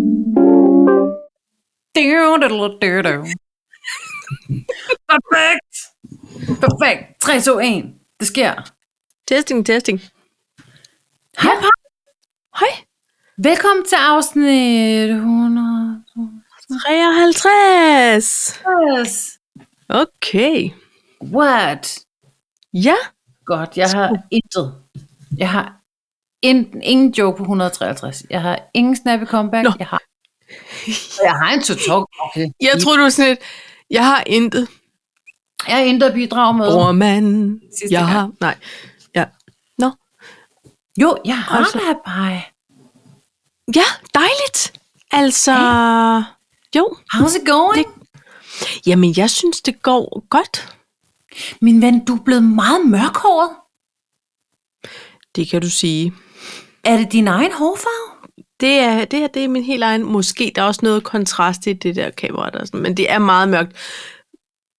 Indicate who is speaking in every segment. Speaker 1: Perfekt! Perfekt. 3, 2, 1. Det sker.
Speaker 2: Testing, testing.
Speaker 1: Hej, hej.
Speaker 2: Hej.
Speaker 1: Velkommen til afsnit 100.
Speaker 2: 53. Okay.
Speaker 1: What?
Speaker 2: Ja.
Speaker 1: Godt, jeg har intet. Jeg har in, ingen joke på 153. Jeg har ingen snappy comeback.
Speaker 2: Nå.
Speaker 1: Jeg har, Og jeg har en to talk. Okay.
Speaker 2: Jeg tror du var sådan et, jeg har intet.
Speaker 1: Jeg har intet at bidrage med.
Speaker 2: Bror mand.
Speaker 1: Sidste
Speaker 2: Jeg
Speaker 1: gang.
Speaker 2: har, nej. Ja.
Speaker 1: Jo, jeg har
Speaker 2: Altså.
Speaker 1: altså. da bare.
Speaker 2: Ja, dejligt. Altså, jo.
Speaker 1: How's it going? Det...
Speaker 2: Jamen, jeg synes, det går godt.
Speaker 1: Min ven, du er blevet meget mørkhåret.
Speaker 2: Det kan du sige.
Speaker 1: Er det din egen hårfarve?
Speaker 2: Det, er, det her det er min helt egen. Måske der er også noget kontrast i det der kamera, der er sådan, men det er meget mørkt.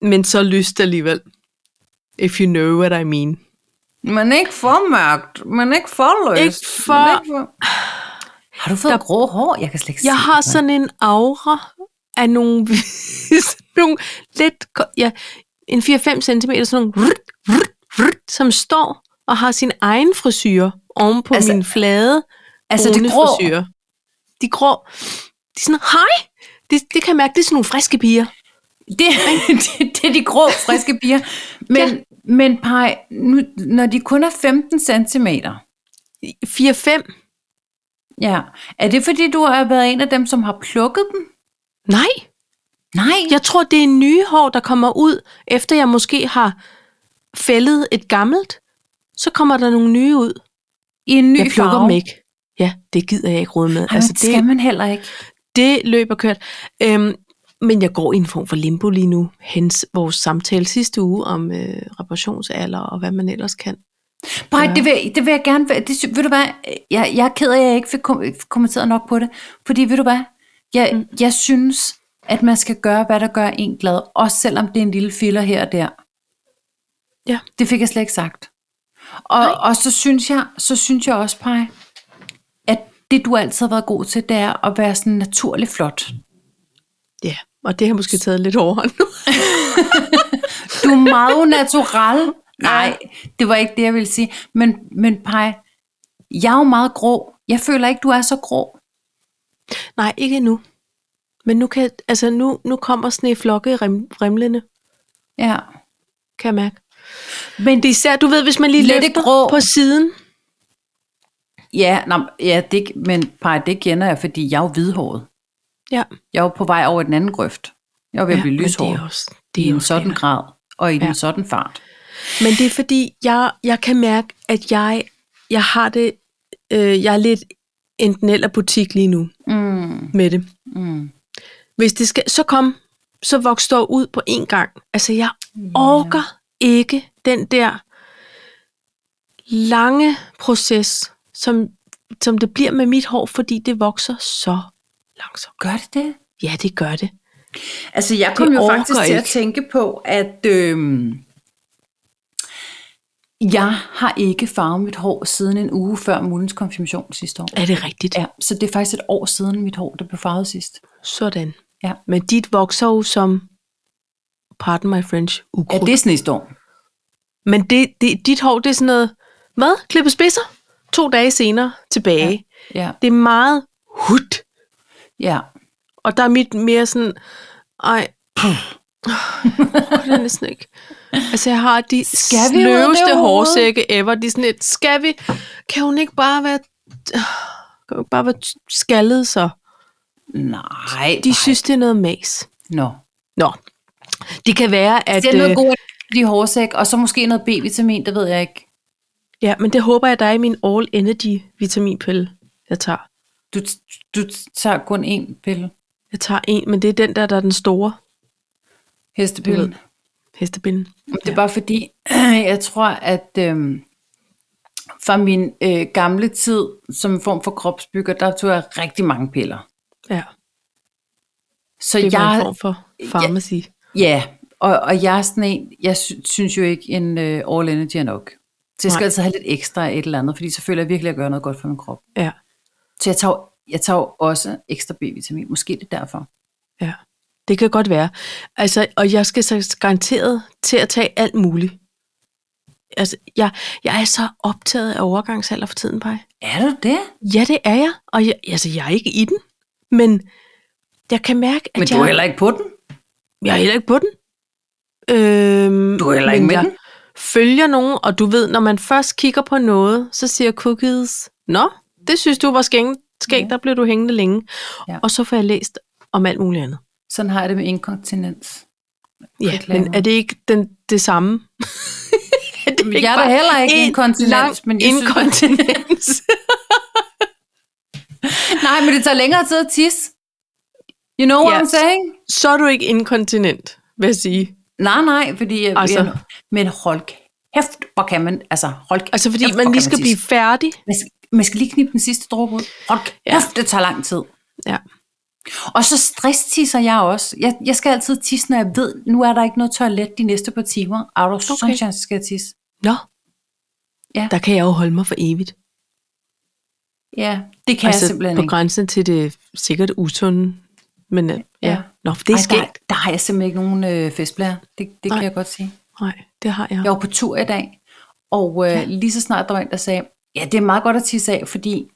Speaker 2: Men så lyst alligevel. If you know what I mean.
Speaker 1: Men ikke for mørkt. Men ikke for
Speaker 2: Ikke for-
Speaker 1: Men ikke for... Har du fået der... grå hår? Jeg kan slet ikke
Speaker 2: Jeg
Speaker 1: se
Speaker 2: har
Speaker 1: det.
Speaker 2: sådan en aura af nogle, sådan nogle lidt, ko- ja, en 4-5 cm, sådan nogle, vrrt, vrrt, vrrt, som står og har sin egen frisyr oven på altså,
Speaker 1: Altså-
Speaker 2: min flade
Speaker 1: Altså det grå.
Speaker 2: frisyr. De grå. De er sådan, hej! Det, det kan jeg mærke, det er sådan nogle friske piger.
Speaker 1: Det, det, det er de grå, friske piger. Men, ja. men Paj, nu, når de kun er 15 cm,
Speaker 2: 4-5.
Speaker 1: ja, er det fordi, du har været en af dem, som har plukket dem?
Speaker 2: Nej,
Speaker 1: Nej.
Speaker 2: jeg tror, det er nye hår, der kommer ud, efter jeg måske har fældet et gammelt. Så kommer der nogle nye ud.
Speaker 1: I en ny
Speaker 2: jeg plukker
Speaker 1: farve.
Speaker 2: dem ikke. Ja, det gider jeg ikke rode med.
Speaker 1: Ej, altså, det skal man heller ikke.
Speaker 2: det løber kørt. Øhm, men jeg går i en form for limbo lige nu, hens vores samtale sidste uge om øh, reparationsalder og hvad man ellers kan.
Speaker 1: Paj,
Speaker 2: Ja.
Speaker 1: det, vil, det vil jeg gerne... Det, sy- ved du hvad? Jeg, jeg er ked af, at jeg ikke fik kom- kommenteret nok på det. Fordi, ved du hvad? Jeg, mm. jeg synes, at man skal gøre, hvad der gør en glad. Også selvom det er en lille filler her og der.
Speaker 2: Ja.
Speaker 1: Det fik jeg slet ikke sagt. Og, og så, synes jeg, så synes jeg også, Paj, at det, du altid har været god til, det er at være sådan naturlig flot.
Speaker 2: Ja, og det har måske taget lidt overhånd nu.
Speaker 1: Du er meget natural. Nej, det var ikke det, jeg ville sige. Men, men Paj, jeg er jo meget grå. Jeg føler ikke, du er så grå.
Speaker 2: Nej, ikke endnu. Men nu, kan, altså nu, nu kommer sneflokke rim, rimlende,
Speaker 1: Ja.
Speaker 2: kan jeg mærke.
Speaker 1: Men
Speaker 2: Det er
Speaker 1: det,
Speaker 2: især, du ved, hvis man lige
Speaker 1: Lette
Speaker 2: løfter
Speaker 1: grå.
Speaker 2: på siden.
Speaker 1: ja, nå, ja det, men Paj, det kender jeg, fordi jeg er jo hvidhåret.
Speaker 2: Ja,
Speaker 1: Jeg er jo på vej over i den anden grøft. Jeg er ved at
Speaker 2: ja
Speaker 1: blive
Speaker 2: men det
Speaker 1: lyshåret.
Speaker 2: er også,
Speaker 1: I
Speaker 2: det er
Speaker 1: en
Speaker 2: også
Speaker 1: sådan
Speaker 2: det.
Speaker 1: grad, og i ja.
Speaker 2: Ja.
Speaker 1: en sådan fart.
Speaker 2: Men det er fordi, jeg, jeg kan mærke, at jeg, jeg har det, øh, jeg er lidt enten eller butik lige nu
Speaker 1: Mm,
Speaker 2: med det.
Speaker 1: mm.
Speaker 2: Hvis det skal, så kom, så voks dog ud på én gang. Altså, jeg orker ikke den der lange proces, som, som det bliver med mit hår, fordi det vokser så langsomt.
Speaker 1: Gør det det?
Speaker 2: Ja, det gør det.
Speaker 1: Altså, jeg kom
Speaker 2: Det
Speaker 1: jo
Speaker 2: orker
Speaker 1: faktisk til at
Speaker 2: ikke.
Speaker 1: tænke på, at øhm, jeg har ikke farvet mit hår siden en uge før Mullens konfirmation sidste år.
Speaker 2: Er det rigtigt?
Speaker 1: Ja, så det er faktisk et år siden mit hår, der blev farvet sidst.
Speaker 2: Sådan.
Speaker 1: Ja.
Speaker 2: Men dit vokser jo som, pardon my French,
Speaker 1: Ja,
Speaker 2: ukrudt.
Speaker 1: det er snestorm.
Speaker 2: Men det, det, dit hår, det er sådan noget, hvad? Klippe spidser? To dage senere tilbage. Ja.
Speaker 1: Ja,
Speaker 2: Det er meget hut.
Speaker 1: ja.
Speaker 2: Og der er mit mere sådan, ej, puh, det er næsten ikke. Altså, jeg har de
Speaker 1: Skal vi ud af det
Speaker 2: sløveste
Speaker 1: overhovedet?
Speaker 2: hårsække ever. De er sådan lidt, skal vi? Kan hun ikke bare være, kan hun ikke bare være t- skaldet så?
Speaker 1: Nej,
Speaker 2: De
Speaker 1: nej.
Speaker 2: synes, det er noget mas.
Speaker 1: Nå.
Speaker 2: Nå, det kan være, at...
Speaker 1: Det er noget
Speaker 2: øh,
Speaker 1: god i hårsæk, og så måske noget B-vitamin, det ved jeg ikke.
Speaker 2: ja, men det håber jeg, der er i min all energy vitaminpille, jeg tager.
Speaker 1: Du, du tager kun én pille.
Speaker 2: Jeg tager en, men det er den der, der er den store Du
Speaker 1: Hestepillen.
Speaker 2: hestebinde.
Speaker 1: Det er bare fordi, jeg tror, at øhm, fra min øh, gamle tid, som en form for kropsbygger, der tog jeg rigtig mange piller.
Speaker 2: Ja,
Speaker 1: Så
Speaker 2: det var en
Speaker 1: jeg,
Speaker 2: form for pharmacy.
Speaker 1: ja, og, og jeg er sådan en, jeg sy- synes jo ikke, en øh, all energy er nok. Så jeg skal
Speaker 2: Nej.
Speaker 1: altid have lidt ekstra af et eller andet, fordi så føler jeg virkelig, at jeg gør noget godt for min krop.
Speaker 2: Ja,
Speaker 1: Så jeg tager, jo- jeg tager jo også ekstra B-vitamin, måske det er derfor.
Speaker 2: Ja, det kan godt være. Altså, og jeg skal så garanteret til at tage alt muligt. Altså, jeg, jeg er så optaget af overgangsalder for tiden, Paj.
Speaker 1: Er du det?
Speaker 2: Ja, det er jeg. Og jeg, altså, jeg er ikke i den. Men jeg kan mærke, at
Speaker 1: Men du
Speaker 2: jeg,
Speaker 1: er heller ikke på den.
Speaker 2: jeg er heller ikke på den. Øhm,
Speaker 1: Du er heller ikke
Speaker 2: men
Speaker 1: med
Speaker 2: jeg
Speaker 1: den.
Speaker 2: følger nogen, og du ved, når man først kigger på noget, så siger cookies, Nå, det synes du var skæng, skæg,
Speaker 1: Ja.
Speaker 2: der blev du hængende længe.
Speaker 1: Ja.
Speaker 2: Ja. Og så får jeg læst om alt muligt andet.
Speaker 1: Sådan har jeg det med inkontinens.
Speaker 2: Ja,
Speaker 1: Reklamer.
Speaker 2: men er det ikke den, det samme? er det
Speaker 1: Jamen, jeg er da
Speaker 2: bare
Speaker 1: heller ikke
Speaker 2: en lang
Speaker 1: inkontinens, men jeg synes,
Speaker 2: inkontinens.
Speaker 1: nej, men det tager længere tid at tisse. You know what
Speaker 2: Ja.
Speaker 1: I'm saying?
Speaker 2: så er du ikke inkontinent, vil jeg sige.
Speaker 1: Nej, nej, fordi... jeg-
Speaker 2: Altså.
Speaker 1: Jeg, men hold kæft, hvor kan man... Altså, hold kæft,
Speaker 2: Altså fordi
Speaker 1: hvor
Speaker 2: man
Speaker 1: kan
Speaker 2: lige skal
Speaker 1: tisse.
Speaker 2: blive færdig.
Speaker 1: Man skal, man skal lige knippe den sidste dråbe ud. Hold kæft, det tager lang tid.
Speaker 2: Ja.
Speaker 1: Og så stresstisser jeg også. Jeg, jeg skal altid tisse, når jeg ved, nu er der ikke noget toilet de næste par timer. Er du sådan
Speaker 2: Okay.
Speaker 1: chance, skal jeg tisse?
Speaker 2: Nå,
Speaker 1: Ja.
Speaker 2: der kan jeg jo holde mig for evigt. Altså,
Speaker 1: Ja, det kan jeg simpelthen
Speaker 2: på
Speaker 1: ikke.
Speaker 2: grænsen til det sikkert usunde. Men øh, ja.
Speaker 1: Ja.
Speaker 2: ja. Nå, for det er
Speaker 1: Ej, der,
Speaker 2: skægt.
Speaker 1: der har jeg simpelthen ikke nogen øh, festblære. Det, det kan
Speaker 2: Nej.
Speaker 1: jeg godt sige.
Speaker 2: Nej, det har jeg.
Speaker 1: Jeg var på tur i dag, og øh, ja. lige så snart der var en, der sagde, ja, det er meget godt at tisse af, fordi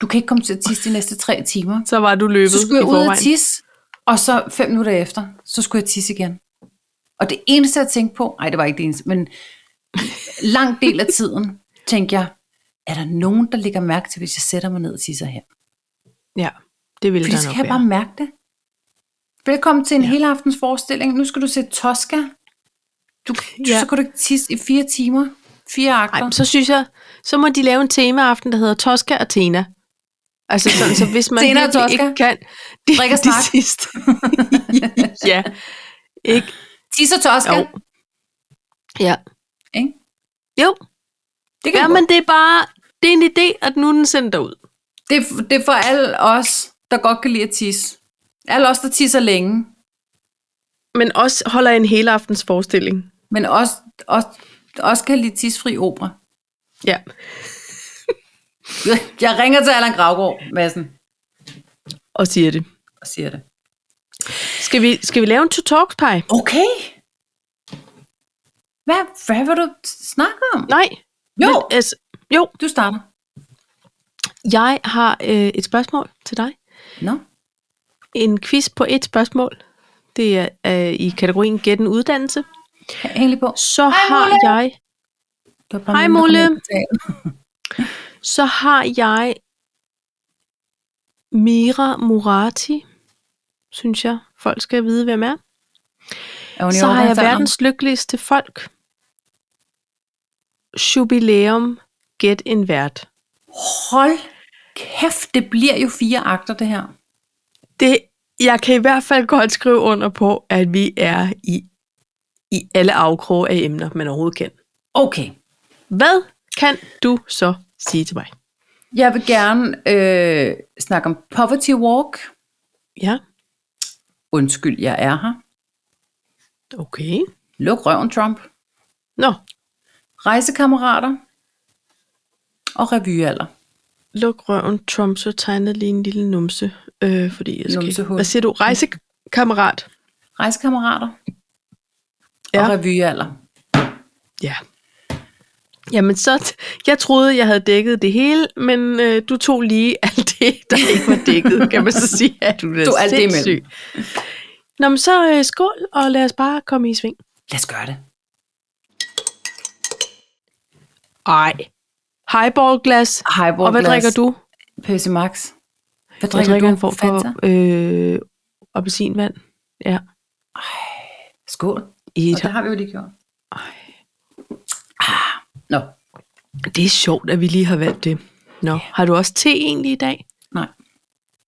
Speaker 1: du kan ikke komme til at tisse de næste tre timer.
Speaker 2: Så var du løbet
Speaker 1: Så skulle jeg
Speaker 2: i
Speaker 1: ud og
Speaker 2: forvejen.
Speaker 1: tisse, og så fem minutter efter, så skulle jeg tisse igen. Og det eneste, jeg tænkte på, nej, det var ikke det eneste, men lang del af tiden, tænkte jeg, er der nogen, der lægger mærke til, hvis jeg sætter mig ned og tisser her?
Speaker 2: Ja, det ville
Speaker 1: Fordi
Speaker 2: der
Speaker 1: så
Speaker 2: nok
Speaker 1: kan jeg
Speaker 2: være.
Speaker 1: bare mærke det. Velkommen til en ja. hele aftens forestilling. Nu skal du se Tosca. Du, ja.
Speaker 2: Ja.
Speaker 1: Så kan du ikke tisse i fire timer. Fire
Speaker 2: Ej,
Speaker 1: akter.
Speaker 2: men så synes jeg, så må de lave en temaaften, der hedder Tosca og Tena. Altså sådan, så hvis man
Speaker 1: Tena og
Speaker 2: virkelig
Speaker 1: Tosca.
Speaker 2: ikke kan det,
Speaker 1: Drik og
Speaker 2: det
Speaker 1: snak.
Speaker 2: sidste. ja. Ikke?
Speaker 1: Tisse og Tosca.
Speaker 2: Jo. Ja.
Speaker 1: Ikke?
Speaker 2: Jo,
Speaker 1: Det, kan
Speaker 2: ja,
Speaker 1: du
Speaker 2: men
Speaker 1: godt.
Speaker 2: det er bare, det er en idé, at nu er den sendt derud.
Speaker 1: det, er f- det er for alle os, der godt kan lide at tisse. Alle os, der tisser længe.
Speaker 2: Men også holder en hele aftens forestilling.
Speaker 1: Men også, også, også kan lide tissefri opera.
Speaker 2: Ja.
Speaker 1: Jeg ringer til Allan Gravgaard Madsen
Speaker 2: Og siger det.
Speaker 1: og siger det.
Speaker 2: Skal vi, skal vi lave en to talk pie?
Speaker 1: Okay. Hvad, hvad vil du snakke om?
Speaker 2: Nej.
Speaker 1: Jo,
Speaker 2: Men, altså, jo,
Speaker 1: du starter.
Speaker 2: jeg har øh, et spørgsmål til dig.
Speaker 1: Nå.
Speaker 2: En quiz på et spørgsmål. Det er øh, i kategorien Gæt en uddannelse.
Speaker 1: Hæng lige på.
Speaker 2: Så har
Speaker 1: Mulle.
Speaker 2: jeg
Speaker 1: Det var bare
Speaker 2: Hej,
Speaker 1: nogen, der kom
Speaker 2: Mulle.
Speaker 1: ind og talte.
Speaker 2: så har jeg Mira Murati, synes jeg. Folk skal vide, hvem er.
Speaker 1: Er hun i
Speaker 2: Så har jeg
Speaker 1: overgangsalderen?
Speaker 2: verdens lykkeligste folk. Jubilæum. Gæt en vært.
Speaker 1: Hold kæft, det bliver jo fire akter, det her.
Speaker 2: Det, jeg kan i hvert fald godt skrive under på, at vi er i, i alle afkroge af emner, man overhovedet kan.
Speaker 1: Okay.
Speaker 2: Hvad kan du så sige til mig?
Speaker 1: Jeg vil gerne øh, snakke om Poverty Walk.
Speaker 2: Ja,
Speaker 1: Undskyld, jeg er her.
Speaker 2: okay.
Speaker 1: Luk røven, Trump.
Speaker 2: Nå,
Speaker 1: Rejsekammerater. Og revyalder.
Speaker 2: luk røven, Trump, så tegner lige en lille numse, øh, fordi jeg skal...
Speaker 1: Numsehul.
Speaker 2: Hvad siger du? Rejsekammerat?
Speaker 1: Rejsekammerater. Ja.
Speaker 2: Ja.
Speaker 1: Og revyalder.
Speaker 2: Ja. Jamen så, t- jeg troede, jeg havde dækket det hele, men øh, du tog lige alt det, der ikke var dækket, kan man så sige. At du er
Speaker 1: Tog alt det imellem.
Speaker 2: sindssyg. Nå, men så øh, skål, og lad os bare komme i sving.
Speaker 1: Lad os gøre det.
Speaker 2: Ej. Highballglas.
Speaker 1: Highball
Speaker 2: Og hvad drikker du?
Speaker 1: Pepsi Max. Hvad
Speaker 2: Jeg
Speaker 1: drikker,
Speaker 2: drikker
Speaker 1: du?
Speaker 2: en form
Speaker 1: Fanta?
Speaker 2: for øh, appelsinvand. Ja.
Speaker 1: Skål.
Speaker 2: I
Speaker 1: Og
Speaker 2: et-
Speaker 1: det har vi jo lige gjort. Ah, nå,
Speaker 2: Det er sjovt, at vi lige har valgt det. Nå, har du også te egentlig i dag?
Speaker 1: nej.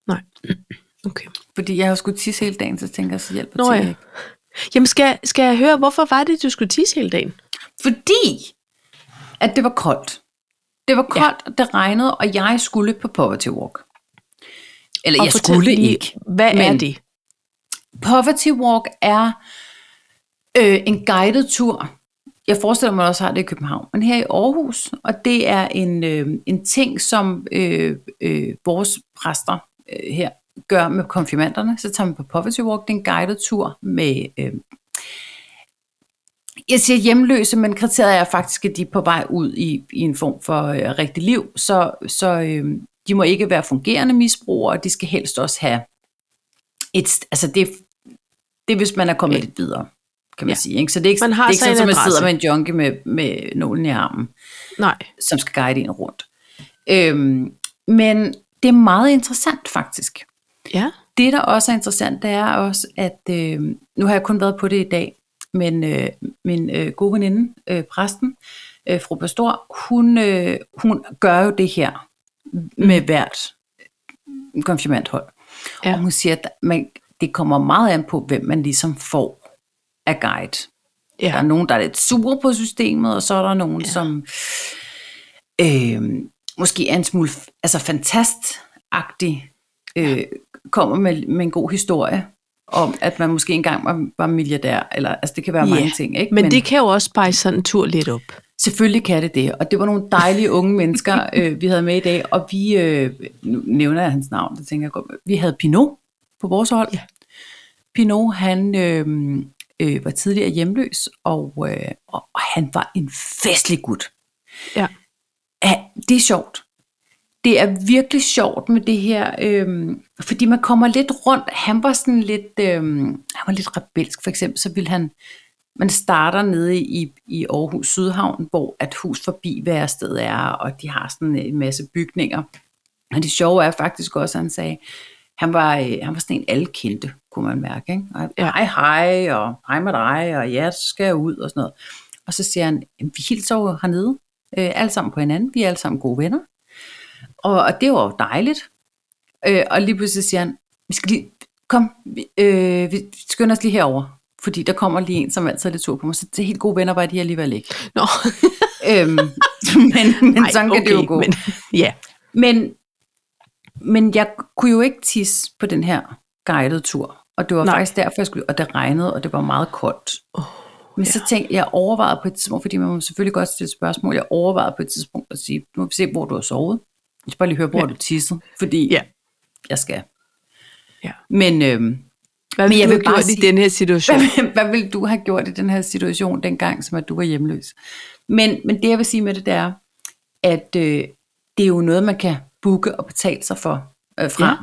Speaker 2: Nej. Okay.
Speaker 1: Fordi jeg har skulle tisse hele dagen, så tænker jeg, så hjælper
Speaker 2: Nå
Speaker 1: te
Speaker 2: ja.
Speaker 1: ikke.
Speaker 2: Jamen skal, skal jeg høre, hvorfor var det, du skulle tisse hele dagen?
Speaker 1: Fordi, at det var koldt. Det var koldt, ja. og det regnede, og jeg skulle på Poverty Walk. Eller
Speaker 2: Og
Speaker 1: jeg
Speaker 2: fortæl
Speaker 1: skulle
Speaker 2: lige,
Speaker 1: ikke.
Speaker 2: Hvad
Speaker 1: men-
Speaker 2: er det?
Speaker 1: Poverty Walk er øh, en guided tur. Jeg forestiller mig også har det i København, men her i Aarhus. Og det er en, øh, en ting, som øh, øh, vores præster øh, her gør med konfirmanderne. Så tager man på Poverty Walk, det er en guided tur med... Øh, jeg siger hjemløse, men kriteriet er faktisk, at de er på vej ud i, i en form for øh, rigtig liv, så, så øh, de må ikke være fungerende misbrugere, og de skal helst også have et, st- altså det, det er, hvis man er kommet
Speaker 2: Okay.
Speaker 1: lidt videre, kan man
Speaker 2: Ja.
Speaker 1: ja. sige. Ikke? Så det er ikke,
Speaker 2: Man
Speaker 1: man
Speaker 2: har
Speaker 1: har det er ikke
Speaker 2: så en
Speaker 1: sådan, at man sidder
Speaker 2: adresse.
Speaker 1: med en junkie med, med nålen i armen
Speaker 2: Nej.
Speaker 1: som skal guide en rundt. Øhm, men det er meget interessant faktisk.
Speaker 2: Ja.
Speaker 1: Det, der også er interessant, det er også, at øh, nu har jeg kun været på det i dag, men øh, min øh, gode veninde, øh, præsten, øh, fru Pastor, hun, øh, hun gør jo det her med hvert konfirmandhold.
Speaker 2: Ja.
Speaker 1: Ja. Og hun siger, at man, det kommer meget an på, hvem man ligesom får af guide. Der er
Speaker 2: Ja.
Speaker 1: nogen, der er lidt sure på systemet, og så er der nogen, ja. som øh, måske er en smule f- altså fantastagtig, øh, kommer med, med en god historie om, at man måske engang var, var milliardær, eller altså det kan være
Speaker 2: Ja,
Speaker 1: yeah. mange ting. Ikke?
Speaker 2: Men, det kan jo også spejse sådan en tur lidt op.
Speaker 1: Selvfølgelig kan det det, og det var nogle dejlige unge mennesker, øh, vi havde med i dag, og vi, øh, nu nævner jeg hans navn, det tænker jeg godt, vi havde Pinot på vores hold.
Speaker 2: Ja.
Speaker 1: Ja. Pinot, han øh, øh, var tidligere hjemløs, og, øh, og, og han var en festlig gut.
Speaker 2: Ja.
Speaker 1: Ja, det er sjovt. Det er virkelig sjovt med det her, øhm, fordi man kommer lidt rundt. Han var sådan lidt, øhm, han var lidt rebelsk for eksempel, så ville han, man starter nede i, i Aarhus Sydhavn, hvor at hus forbi værestedet er, og de har sådan en masse bygninger. Og det sjove er faktisk også, at han sagde, han var, øh, han var sådan en alle kendte, kunne man mærke. Ikke? Og,
Speaker 2: Ja.
Speaker 1: ja. Hej, hej, og hej med dig, og ja, så skal jeg ud, og sådan noget. Og så siger han, "Jamen, vi hilser jo hernede, øh, alle sammen på hinanden, vi er alle sammen gode venner. Og, og det var jo dejligt. Øh, og lige pludselig siger han, vi skal lige, kom, vi, øh, vi skynder os lige herover, fordi der kommer lige en, som altid er lidt sur på mig, så det er helt gode venner var de alligevel ikke.
Speaker 2: Nå.
Speaker 1: øhm, men, men
Speaker 2: Ej,
Speaker 1: sådan kan det jo gå.
Speaker 2: Men, ja.
Speaker 1: Men, men jeg kunne jo ikke tisse på den her guidede tur. Og det var
Speaker 2: Nej.
Speaker 1: Nej. faktisk derfor, jeg skulle, og det regnede, og det var meget koldt.
Speaker 2: Oh,
Speaker 1: Men ja. så tænkte jeg, overvejede på et tidspunkt, fordi man må selvfølgelig godt stille spørgsmål, jeg overvejede på et tidspunkt at sige, nu må vi se, hvor du har sovet. Jeg skal bare lige høre, hvor
Speaker 2: Ja.
Speaker 1: ja. du tissede, fordi
Speaker 2: Ja.
Speaker 1: ja. jeg skal.
Speaker 2: Ja.
Speaker 1: Men, øhm,
Speaker 2: Hvad
Speaker 1: Men
Speaker 2: vil
Speaker 1: jeg
Speaker 2: du
Speaker 1: vil
Speaker 2: have
Speaker 1: bare
Speaker 2: gjort i
Speaker 1: sige-
Speaker 2: den her situation?
Speaker 1: hvad, hvad ville du have gjort i den her situation dengang, som at du var hjemløs? Men, men det jeg vil sige med det, det er, at øh, det er jo noget, man kan booke og betale sig for øh, fra.
Speaker 2: Ja.
Speaker 1: Ja.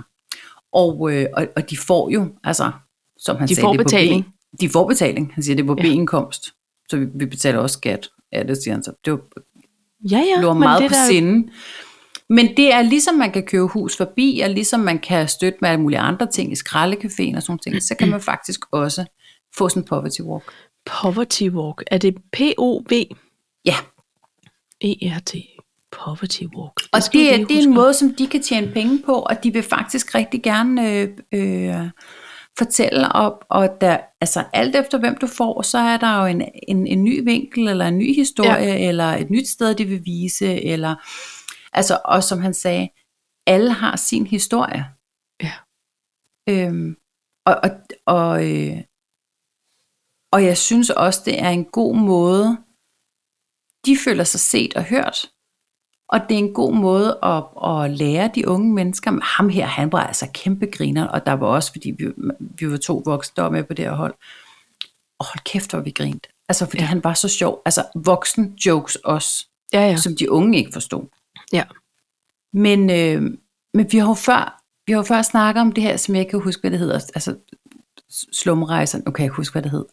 Speaker 1: Og, øh, og, og de får jo, altså, som han
Speaker 2: De
Speaker 1: sagde,
Speaker 2: får
Speaker 1: det er på
Speaker 2: betaling.
Speaker 1: B- de får betaling. Han siger, det er på
Speaker 2: Ja.
Speaker 1: ja. B-indkomst. Så vi, vi betaler også skat. Ja, det siger han så. Det var,
Speaker 2: Ja, ja.
Speaker 1: ja, lå
Speaker 2: men
Speaker 1: meget
Speaker 2: det
Speaker 1: på
Speaker 2: der-
Speaker 1: sinde. Men det er ligesom man kan købe hus forbi, og ligesom man kan støtte med alle mulige andre ting i skraldecaféen og sådan nogle ting, så kan man faktisk også få sådan en poverty walk.
Speaker 2: Poverty Walk. Er det P-O-V-E-R-T?
Speaker 1: Ja,
Speaker 2: E Poverty Walk.
Speaker 1: og
Speaker 2: skal jeg
Speaker 1: det,
Speaker 2: lige
Speaker 1: er- det er
Speaker 2: huske.
Speaker 1: en måde, som de kan tjene penge på, og de vil faktisk rigtig gerne øh, øh, fortælle op, og der, altså alt efter hvem du får, så er der jo en, en, en ny vinkel, eller en ny historie, ja. eller et nyt sted, de vil vise, eller, altså, og som han sagde, alle har sin historie.
Speaker 2: Ja.
Speaker 1: Øhm, og, og, og, øh, og jeg synes også, det er en god måde, de føler sig set og hørt. Og det er en god måde at, at lære de unge mennesker. Men Ham her, han var altså kæmpe griner, og der var også, fordi vi, vi var to voksne, der var med på det her hold. Og hold kæft, hvor vi grint. Altså, fordi ja. han var så sjov. Altså, voksen jokes også,
Speaker 2: Ja, ja.
Speaker 1: ja. som de unge ikke forstod.
Speaker 2: ja.
Speaker 1: Men, øh, men vi har jo før, vi har jo før snakket om det her, som jeg ikke kan huske, hvad det hedder. Altså, s- slumrejserne, nu kan jeg ikke huske, hvad det hed.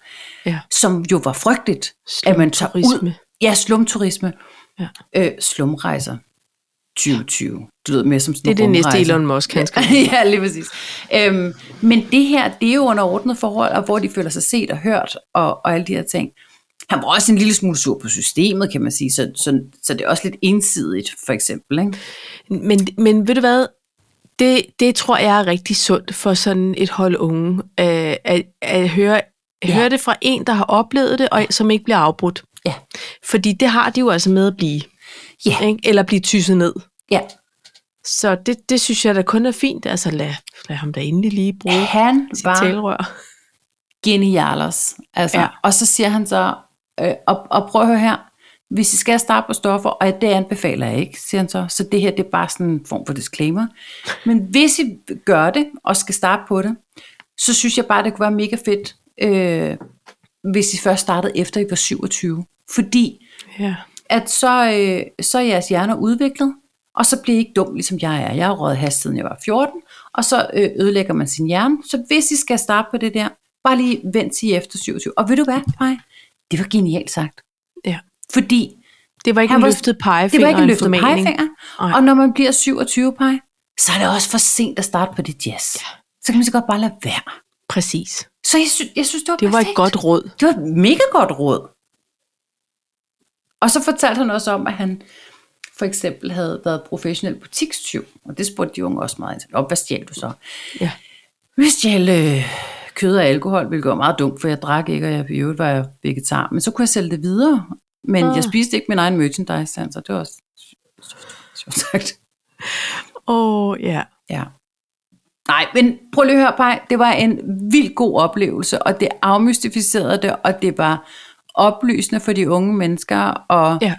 Speaker 2: Ja.
Speaker 1: Som jo var frygteligt, at man tager ud.
Speaker 2: Slumturisme.
Speaker 1: Ja, slumturisme.
Speaker 2: Ja.
Speaker 1: Øh, slumrejser 2020. Det lyder mere som sådan
Speaker 2: Det er det
Speaker 1: nogle
Speaker 2: næste
Speaker 1: rumrejser.
Speaker 2: Elon Musk, han skal.
Speaker 1: ja, lige præcis. Øhm, men det her, det er jo under ordnet forhold, og hvor de føler sig set og hørt, og, og alle de her ting. Han var også en lille smule sur på systemet, kan man sige, så, så, så det er også lidt ensidigt, for eksempel. Ikke?
Speaker 2: Men, men ved du hvad? Det, det tror jeg er rigtig sundt for sådan et hold unge. Øh, at, at høre, ja.
Speaker 1: Ja.
Speaker 2: høre det fra en, der har oplevet det, og som ikke bliver afbrudt.
Speaker 1: Ja.
Speaker 2: Fordi det har de jo altså med at blive.
Speaker 1: Ja.
Speaker 2: Ikke? Eller blive tysset ned.
Speaker 1: Ja,
Speaker 2: Så det, det synes jeg da kun er fint. Altså lad, lad ham da endelig lige bruge ja,
Speaker 1: han
Speaker 2: sit
Speaker 1: var
Speaker 2: talerør.
Speaker 1: genialers. Altså.
Speaker 2: Ja.
Speaker 1: Ja. Og så siger han så, øh, og, og prøv at høre her, hvis I skal starte på stoffer, og det anbefaler jeg ikke, siger han så, så det her det er bare sådan en form for disclaimer. Men hvis I gør det, og skal starte på det, så synes jeg bare, det kunne være mega fedt, øh, hvis I først startede efter I var 27. Fordi
Speaker 2: Ja.
Speaker 1: at så, øh, så er jeres hjerner udviklet, og så bliver I ikke dum, ligesom jeg er. Jeg har røget has, siden jeg var 14, og så øh, ødelægger man sin hjerne. Så hvis I skal starte på det der, bare lige vent til I er efter 27. Og ved du hvad, Paj? Det var genialt sagt.
Speaker 2: Ja.
Speaker 1: Fordi
Speaker 2: Det var ikke
Speaker 1: Han
Speaker 2: en
Speaker 1: var-
Speaker 2: løftet
Speaker 1: det
Speaker 2: pegefinger.
Speaker 1: var ikke
Speaker 2: en
Speaker 1: en løftet
Speaker 2: formaning.
Speaker 1: pegefinger.
Speaker 2: Nej.
Speaker 1: Og når man bliver 27, Paj, så er det også for sent at starte på det jazz. Ja. Så kan man så godt bare lade være.
Speaker 2: Præcis.
Speaker 1: Så jeg, sy- jeg synes, det var
Speaker 2: Det var
Speaker 1: perfekt.
Speaker 2: et godt råd.
Speaker 1: Det var et mega godt råd. Og så fortalte han også om, at han for eksempel havde været professionel butikstyv, og det spurgte de unge også meget ind til. Nå, Hvad stjal du så?
Speaker 2: Ja.
Speaker 1: Jeg stjal øh, kød og alkohol, hvilket var meget dumt, for jeg drak ikke, og jeg, i øvrigt var jeg vegetar. Men så kunne jeg sælge det videre, men
Speaker 2: Ah.
Speaker 1: jeg spiste ikke min egen merchandise, sagde han, så det var også sjovt sagt.
Speaker 2: Åh, oh, ja.
Speaker 1: Ja. Nej, men prøv lige at høre, Paj. Det var en vild god oplevelse, og det afmystificerede det, og det var oplysende for de unge mennesker, og
Speaker 2: Ja.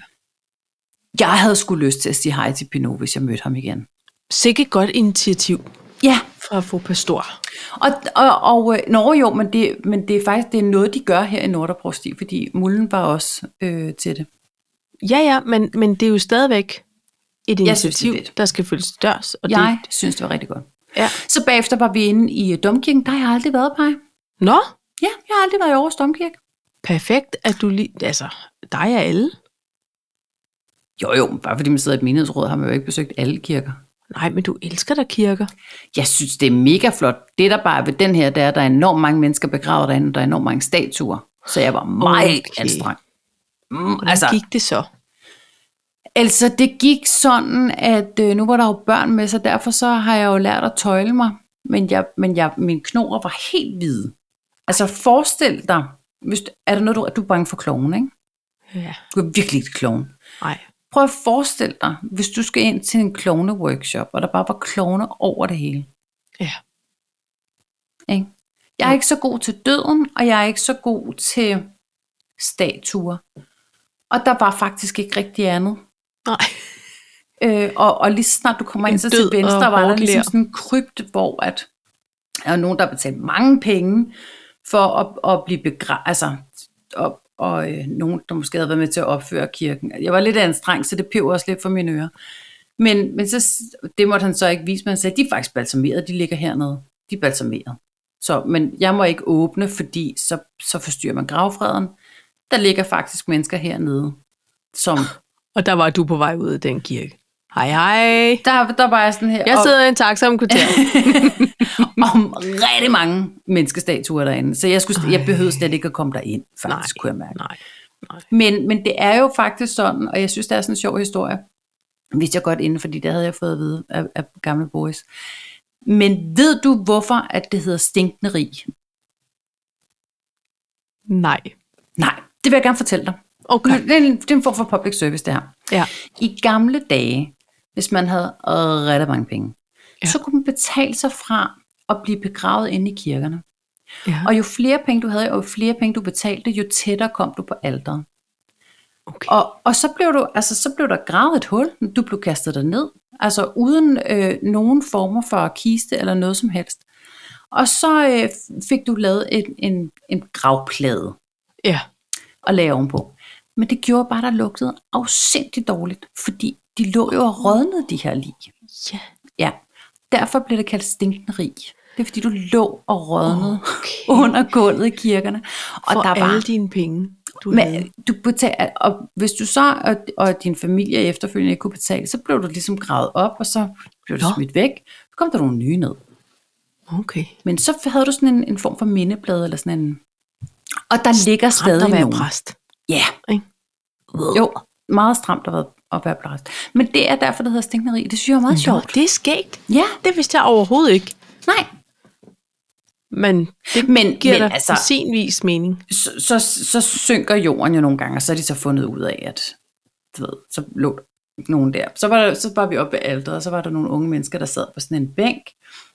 Speaker 1: jeg havde skulle lyst til at sige hej til Pinot, hvis jeg mødte ham igen.
Speaker 2: Sikke et godt initiativ
Speaker 1: Ja,
Speaker 2: fra fru Pastor.
Speaker 1: og, og, og øh, Norge jo, men det, men det er faktisk det er noget, de gør her i Norderprosti, fordi Mullen var også øh, til det.
Speaker 2: Ja, ja, men, men det er jo stadigvæk et
Speaker 1: Jeg synes, det er
Speaker 2: initiativ,
Speaker 1: fedt.
Speaker 2: der skal følges til dørs. Og
Speaker 1: Jeg synes, det var rigtig godt.
Speaker 2: Det, ja.
Speaker 1: Så bagefter var vi inde i øh, Domkirken. Der har jeg aldrig været, Paj.
Speaker 2: Nå,
Speaker 1: Ja, jeg har aldrig været i Aarhus Domkirke.
Speaker 2: perfekt, at du lige... Altså, dig og alle.
Speaker 1: Jo, jo, men bare fordi man sidder i et menighedsråd, har man jo ikke besøgt alle kirker.
Speaker 2: Nej, men du elsker der kirker.
Speaker 1: Jeg synes, det er mega flot. Det, der bare er ved den her, det er, at der er enormt mange mennesker begravet derinde, og der er enormt mange statuer. Så jeg var meget
Speaker 2: Okay.
Speaker 1: okay. anstrengt. Mm,
Speaker 2: Hvordan altså,
Speaker 1: altså,
Speaker 2: gik det så?
Speaker 1: altså, det gik sådan, at øh, nu var der jo børn med, så derfor så har jeg jo lært at tøjle mig. Men, jeg, men jeg, mine knoger var helt hvide. Altså forestil dig, hvis, er der noget, du, du er bange for kloven, ikke?
Speaker 2: Ja,
Speaker 1: Du er virkelig ikke kloven.
Speaker 2: nej.
Speaker 1: Prøv at forestille dig, hvis du skal ind til en klovne-workshop, og der bare var klovne over det hele.
Speaker 2: Ja.
Speaker 1: Ikke? Jeg er ikke så god til døden, og jeg er ikke så god til statuer. Og der var faktisk ikke rigtig andet.
Speaker 2: Nej.
Speaker 1: Øh, og, og lige så snart du kommer ind
Speaker 2: En
Speaker 1: så
Speaker 2: død
Speaker 1: til venstre,
Speaker 2: og
Speaker 1: var der
Speaker 2: hårdt
Speaker 1: ligesom
Speaker 2: ler.
Speaker 1: sådan en krypt, hvor at, der er nogen, der betalte mange penge for at, at blive begravet, altså, og, og øh, nogen, der måske havde været med til at opføre kirken. Jeg var lidt af en streng, så det peber også lidt for mine ører. Men, men så, s- det måtte han så ikke vise, men han sagde, de er faktisk balsameret, de ligger hernede. De er balsameret. Så, men jeg må ikke åbne, fordi så, så forstyrrer man gravfreden. Der ligger faktisk mennesker hernede, som...
Speaker 2: Og der var du på vej ud af den kirke. Hej, hej.
Speaker 1: Der, der var jeg sådan her...
Speaker 2: Jeg
Speaker 1: og-
Speaker 2: sidder i en taxa om kvarter.
Speaker 1: om rigtig mange menneskestatuer derinde. Så jeg, skulle, jeg behøvede slet ikke at komme derind, faktisk,
Speaker 2: Nej.
Speaker 1: kunne jeg mærke.
Speaker 2: Nej.
Speaker 1: Men, men det er jo faktisk sådan, og jeg synes, det er sådan en sjov historie, hvis jeg godt inden, fordi det havde jeg fået at vide af, af gamle Boris. Men ved du, hvorfor at det hedder stinkende rig?
Speaker 2: Nej.
Speaker 1: Nej, det vil jeg gerne fortælle dig.
Speaker 2: Okay.
Speaker 1: Det er en, det er en form for public service, det her.
Speaker 2: Ja.
Speaker 1: I gamle dage, hvis man havde rigtig mange penge,
Speaker 2: Ja.
Speaker 1: ja. så kunne man betale sig fra at blive begravet inde i kirkerne.
Speaker 2: ja.
Speaker 1: Og jo flere penge du havde, og jo flere penge du betalte, jo tættere kom du på alderen.
Speaker 2: Okay.
Speaker 1: Og, og så, blev du, altså, så blev der gravet et hul, du blev kastet derned, altså uden øh, nogen former for kiste eller noget som helst. Og så øh, fik du lavet en, en, en gravplade
Speaker 2: Ja.
Speaker 1: at lave ovenpå. Men det gjorde bare, at der lugtede afsindigt dårligt, fordi de lå jo og rådnede, de her lig.
Speaker 2: Ja.
Speaker 1: Ja, derfor blev det kaldt stinkende rig. Det er fordi, du lå og rådnede
Speaker 2: Okay.
Speaker 1: under gulvet i kirkerne. Og
Speaker 2: For
Speaker 1: der var,
Speaker 2: alle dine penge, du havde.
Speaker 1: men, du betal, og hvis du så og, og din familie efterfølgende ikke kunne betale, så blev du ligesom gravet op, og så blev du
Speaker 2: Nå.
Speaker 1: smidt væk. Så kom der nogle nye ned.
Speaker 2: Okay.
Speaker 1: Men så havde du sådan en, en form for mindeplade, eller sådan en... Og der ligger
Speaker 2: Ramt
Speaker 1: stadig
Speaker 2: at være
Speaker 1: nogen.
Speaker 2: præst.
Speaker 1: Ja.
Speaker 2: Ikke?
Speaker 1: Jo, meget stramt at være, at være præst. Men det er derfor, det hedder stinkneri. Det synes jeg er meget
Speaker 2: Nå,
Speaker 1: sjovt.
Speaker 2: det er skægt.
Speaker 1: Ja,
Speaker 2: Det vidste jeg overhovedet ikke.
Speaker 1: nej.
Speaker 2: Men det
Speaker 1: Men,
Speaker 2: giver
Speaker 1: men
Speaker 2: da
Speaker 1: altså,
Speaker 2: altså, på sin vis mening.
Speaker 1: så, så, så synker jorden jo nogle gange, og så har de så fundet ud af, at du ved, så lå der nogen der. Så var, der, så var vi oppe ved alderet, og så var der nogle unge mennesker, der sad på sådan en bænk,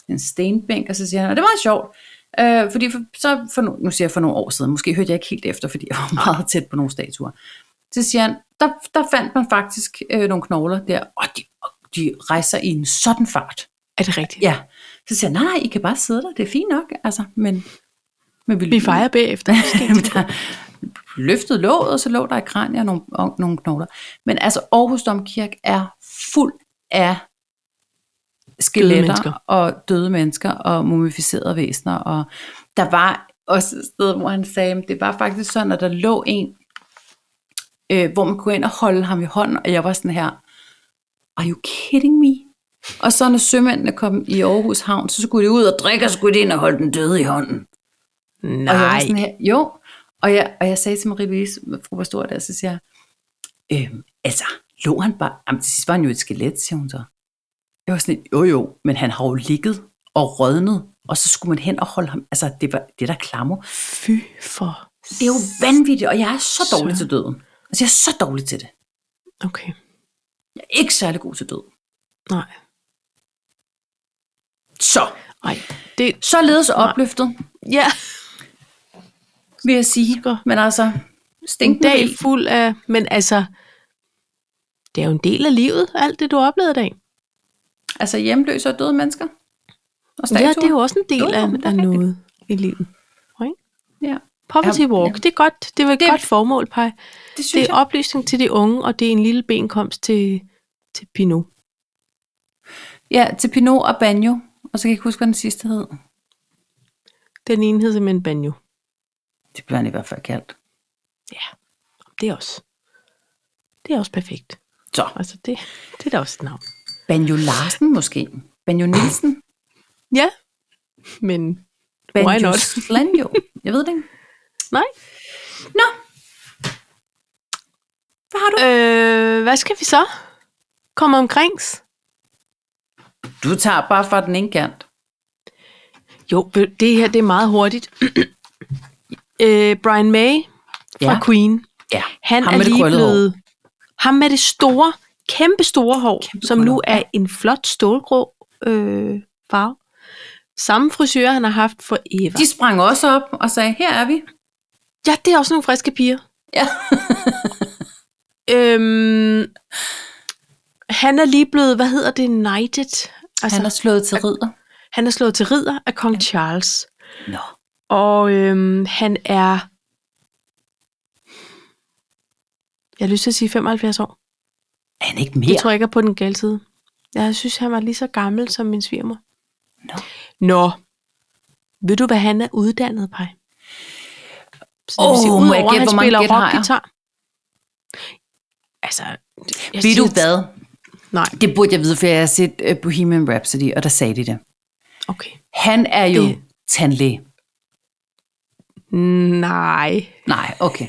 Speaker 1: en stenbænk, og så siger han, og det var meget sjovt, øh, fordi for, så for, no- nu siger jeg for nogle år siden, måske hørte jeg ikke helt efter, fordi jeg var meget tæt på nogle statuer, til Sian, der, der fandt man faktisk øh, nogle knogler der, og de, og de rejser i en sådan fart.
Speaker 2: Er det rigtigt?
Speaker 1: Ja. Så siger jeg, nej, nej, I kan bare sidde der, det er fint nok. Altså, men, men
Speaker 2: Vi fejrer bagefter.
Speaker 1: Jamen, der løftede låget, og så lå der et kranje og nogle, og nogle knogler. Men altså, Aarhus Domkirke er fuld af
Speaker 2: mennesker.
Speaker 1: skeletter og døde mennesker og mumificerede væsener. Og der var også et sted, hvor han sagde, at det var faktisk sådan, at der lå en, øh, hvor man kunne gå ind og holde ham i hånden, og jeg var sådan her, are you kidding me? Og så når sømændene kom i Aarhus Havn, så skulle de ud og drikke, og så skulle de ind og holde den døde i hånden. Og jeg var
Speaker 2: Nej.
Speaker 1: sådan her, jo. Og jeg, og jeg sagde til Marie-Louise, fru var stor der, så siger jeg, øhm, altså, lå han bare, jamen til sidst var han jo et skelet, siger hun så. Jeg var sådan lidt, jo jo, men han har jo ligget og rådnet, og så skulle man hen og holde ham, altså det var det der klammer.
Speaker 2: Fy for...
Speaker 1: Det er jo vanvittigt, og jeg er så dårlig til døden. Altså jeg er så dårlig til det.
Speaker 2: Okay.
Speaker 1: Jeg er ikke særlig god til døden.
Speaker 2: Nej.
Speaker 1: Så,
Speaker 2: Nej. Det...
Speaker 1: således opløftet,
Speaker 2: Ja.
Speaker 1: vil jeg sige. Men altså,
Speaker 2: En
Speaker 1: stinkende
Speaker 2: dag
Speaker 1: rig.
Speaker 2: fuld af... Men altså... Det er jo en del af livet, alt det, du oplevede i dag.
Speaker 1: Altså hjemløse og døde mennesker. Og
Speaker 2: Ja, det er
Speaker 1: statuer.
Speaker 2: jo også en
Speaker 1: Jo,
Speaker 2: del
Speaker 1: jo,
Speaker 2: af,
Speaker 1: men det er
Speaker 2: af
Speaker 1: rigtigt.
Speaker 2: noget i livet. Ikke?
Speaker 1: Ja,
Speaker 2: Poverty
Speaker 1: Ja,
Speaker 2: Walk,
Speaker 1: ja.
Speaker 2: det er godt. Det var et
Speaker 1: Det-
Speaker 2: det, godt formål, Paj.
Speaker 1: det synes
Speaker 2: Det
Speaker 1: jeg.
Speaker 2: er oplysning til de unge, og det er en lille benkomst til, til Pinot.
Speaker 1: Ja, til Pinot og Banjo. Og så kan jeg ikke huske, hvad den sidste hed.
Speaker 2: Den ene hed simpelthen Banjo.
Speaker 1: Det blev han i hvert fald kaldt.
Speaker 2: Det er også. Det er også perfekt.
Speaker 1: Så.
Speaker 2: Altså, det, det er da også et navn.
Speaker 1: Banjo Larsen måske. Banjo Nielsen.
Speaker 2: Ja, men Why
Speaker 1: Banjo
Speaker 2: not?
Speaker 1: Slanjo. Jeg ved det ikke.
Speaker 2: nej.
Speaker 1: Nå. Hvad har du?
Speaker 2: Øh, hvad skal vi så? Komme omkrings?
Speaker 1: Du tager bare fra den ene kant.
Speaker 2: Jo, det her det er meget hurtigt. øh, Brian May fra
Speaker 1: Ja.
Speaker 2: Queen.
Speaker 1: Ja,
Speaker 2: Han
Speaker 1: ham
Speaker 2: er
Speaker 1: med det
Speaker 2: lige
Speaker 1: krøllede hår.
Speaker 2: blevet... Ham med det store, kæmpe store hår,
Speaker 1: Kæmpe
Speaker 2: kæmpe som nu
Speaker 1: krøllede hår,
Speaker 2: er en flot stålgrå øh, farve. Samme frisør, han har haft for Eva.
Speaker 1: De sprang også op og sagde, her er vi.
Speaker 2: Ja, det er også nogle friske piger.
Speaker 1: Ja.
Speaker 2: øhm, han er lige blevet, hvad hedder det, knighted. Altså,
Speaker 1: Han
Speaker 2: han er,
Speaker 1: er slået til ridder.
Speaker 2: han er slået til ridder af kong Charles.
Speaker 1: Nå.
Speaker 2: Og øhm, han er... Jeg har lyst til at sige 75 år.
Speaker 1: Er han ikke
Speaker 2: Det
Speaker 1: mere?
Speaker 2: tror jeg ikke er på den gale side. Jeg synes, han var lige så gammel som min svigermor.
Speaker 1: Nå.
Speaker 2: Nå. Ved du, hvad han er uddannet, Paj? Så
Speaker 1: Åh, må jeg
Speaker 2: udover, at
Speaker 1: gætte,
Speaker 2: han
Speaker 1: hvor mange
Speaker 2: spiller
Speaker 1: gæt har jeg?
Speaker 2: rockguitar. Altså, jeg
Speaker 1: Ved
Speaker 2: siger-
Speaker 1: du hvad?
Speaker 2: Nej,
Speaker 1: Det burde jeg vide, for jeg har set øh, Bohemian Rhapsody, og der sagde de det.
Speaker 2: okay.
Speaker 1: Han er jo
Speaker 2: Det-
Speaker 1: tandlæge.
Speaker 2: Nej,
Speaker 1: Nej, okay.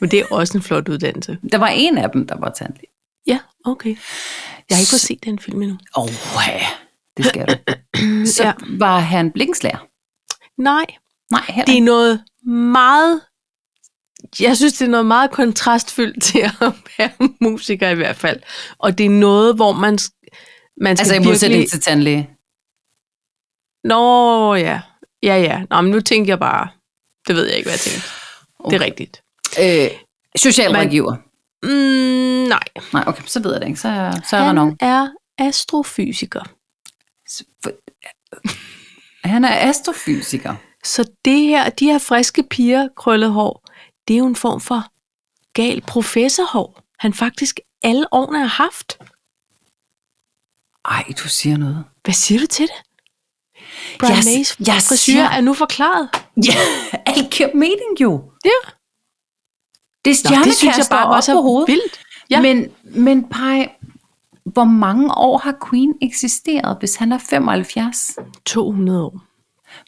Speaker 2: men det er også en flot uddannelse.
Speaker 1: Der var en af dem, der var tandlæge.
Speaker 2: Ja, okay. Jeg har ikke fået set den film endnu.
Speaker 1: Åh, ja. det skal du. Så
Speaker 2: Ja.
Speaker 1: var han blinkslærer?
Speaker 2: Nej,
Speaker 1: Nej, heller
Speaker 2: det
Speaker 1: ikke.
Speaker 2: er noget meget... Jeg synes, det er noget meget kontrastfyldt til at være musiker i hvert fald. Og det er noget, hvor man, s- man skal
Speaker 1: Altså i modsætning
Speaker 2: virkelig...
Speaker 1: til tandlæge.
Speaker 2: Nå, ja. Ja, ja. Nå, men nu tænker jeg bare... Det ved jeg ikke, hvad jeg tænker. Det er rigtigt.
Speaker 1: Øh, socialrådgiver.
Speaker 2: Mm, nej.
Speaker 1: Nej, okay, så ved jeg det ikke. Så, er- så er der
Speaker 2: Han
Speaker 1: nogen.
Speaker 2: er astrofysiker.
Speaker 1: Han er astrofysiker.
Speaker 2: Så det her, de her friske piger, krøllet hår, det er jo en form for gal professorhår, han faktisk alle årene har haft.
Speaker 1: Ej, du siger noget.
Speaker 2: Hvad siger du til det? Brian
Speaker 1: Jeg-
Speaker 2: Mays
Speaker 1: jeg
Speaker 2: frisyr
Speaker 1: siger-
Speaker 2: er nu forklaret.
Speaker 1: Ja, alt giver mening jo.
Speaker 2: Ja.
Speaker 1: Det er
Speaker 2: Nå, det synes jeg
Speaker 1: stjernekaster
Speaker 2: bare var
Speaker 1: op på
Speaker 2: så
Speaker 1: hovedet.
Speaker 2: vildt. Ja.
Speaker 1: Ja. Men, men Paj, hvor mange år har Queen eksisteret, hvis han er 75?
Speaker 2: 200 år.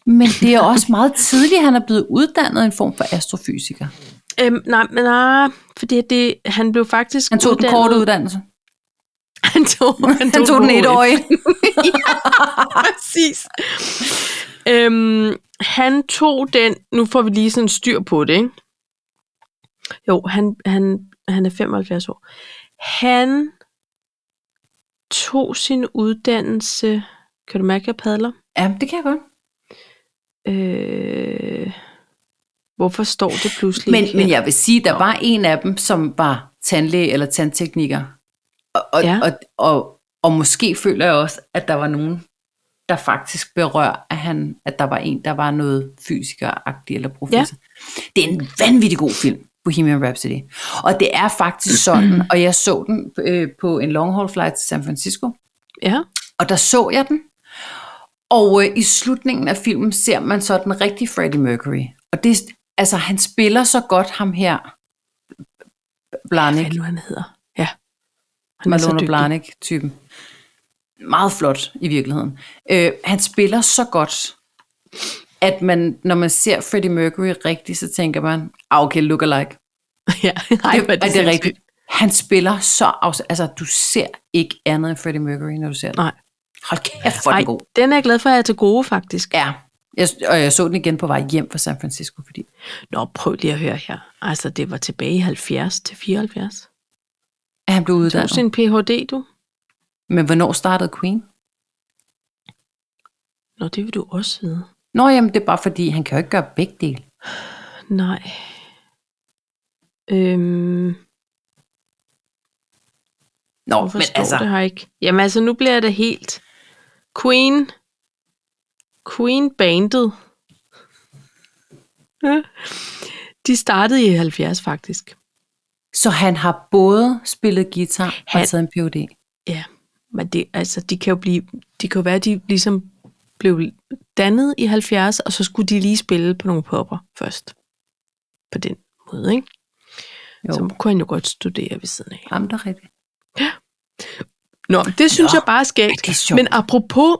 Speaker 1: Men det er også meget tidligt, han er blevet uddannet en form for astrofysiker.
Speaker 2: Øhm, nej, men nej, fordi det, han blev faktisk
Speaker 1: Han tog den
Speaker 2: uddannet-
Speaker 1: korte uddannelse.
Speaker 2: Han tog, han
Speaker 1: Han tog den
Speaker 2: på HF.
Speaker 1: etårige.
Speaker 2: Præcis. Øhm, han tog den, nu får vi lige sådan styr på det, ikke? Jo, han, han, han er 75 år. Han tog sin uddannelse, kan du mærke, at jeg padler?
Speaker 1: Ja, det kan jeg godt.
Speaker 2: Øh, Hvorfor står det pludselig
Speaker 1: Men,
Speaker 2: ikke
Speaker 1: men
Speaker 2: her?
Speaker 1: jeg vil sige, der var en af dem, som var tandlæge eller tandtekniker. Og, og,
Speaker 2: Ja.
Speaker 1: ja. og, og, og måske føler jeg også, at der var nogen, der faktisk berør, at, han, at der var en, der var noget fysikeragtig eller professor. Ja. Det er en vanvittig god film, Bohemian Rhapsody. Og det er faktisk sådan, og jeg så den øh, på en long haul flight til San Francisco,
Speaker 2: Ja,
Speaker 1: og der så jeg den. Og øh, i slutningen af filmen ser man så den rigtige Freddie Mercury. Og det, altså, han spiller så godt ham her.
Speaker 2: hvad
Speaker 1: Blanik,
Speaker 2: nu han hedder. Ja. Han er så
Speaker 1: Malone
Speaker 2: dygtig.
Speaker 1: Blanik-typen. Meget flot i virkeligheden. Øh, han spiller så godt, at man, når man ser Freddie Mercury rigtigt, så tænker man, ah, okay, look alike.
Speaker 2: ja, nej,
Speaker 1: det,
Speaker 2: hvor
Speaker 1: er det,
Speaker 2: sindssygt.
Speaker 1: rigtigt? Han spiller så... afs- Altså, du ser ikke andet end Freddie Mercury, når du ser det.
Speaker 2: Nej.
Speaker 1: Hold kæft, hvor er
Speaker 2: Ej,
Speaker 1: den god.
Speaker 2: den er jeg glad for, at jeg er til gode, faktisk.
Speaker 1: Ja, jeg, og jeg så den igen på vej hjem fra San Francisco, fordi
Speaker 2: Nå, prøv lige at høre her. Altså, det var tilbage i 70 til 74.
Speaker 1: at han blev
Speaker 2: Du er
Speaker 1: uddannet.
Speaker 2: sin Ph.D., du.
Speaker 1: Men hvornår startede Queen?
Speaker 2: Nå, det vil du også vide.
Speaker 1: Nå, jamen det er bare fordi, han kan jo ikke gøre begge dele.
Speaker 2: Nej. Øhm,
Speaker 1: Nå,
Speaker 2: hvorfor
Speaker 1: men
Speaker 2: står
Speaker 1: altså,
Speaker 2: det her ikke? Jamen altså, nu bliver det helt... Queen... Queen bandet. De startede i 70 faktisk.
Speaker 1: så han har både spillet guitar
Speaker 2: Han-
Speaker 1: og taget en Ph.D.
Speaker 2: Ja, men det, altså, de kan jo blive, de kan jo være, at de ligesom blev dannet i 70, og så skulle de lige spille på nogle popper først. På den måde, ikke?
Speaker 1: Jo,
Speaker 2: Så kunne han jo godt studere ved siden af.
Speaker 1: ham der rigtigt.
Speaker 2: Nå, det synes
Speaker 1: Nå,
Speaker 2: Nå, jeg bare er skægt.
Speaker 1: men det er sjovt.
Speaker 2: men apropos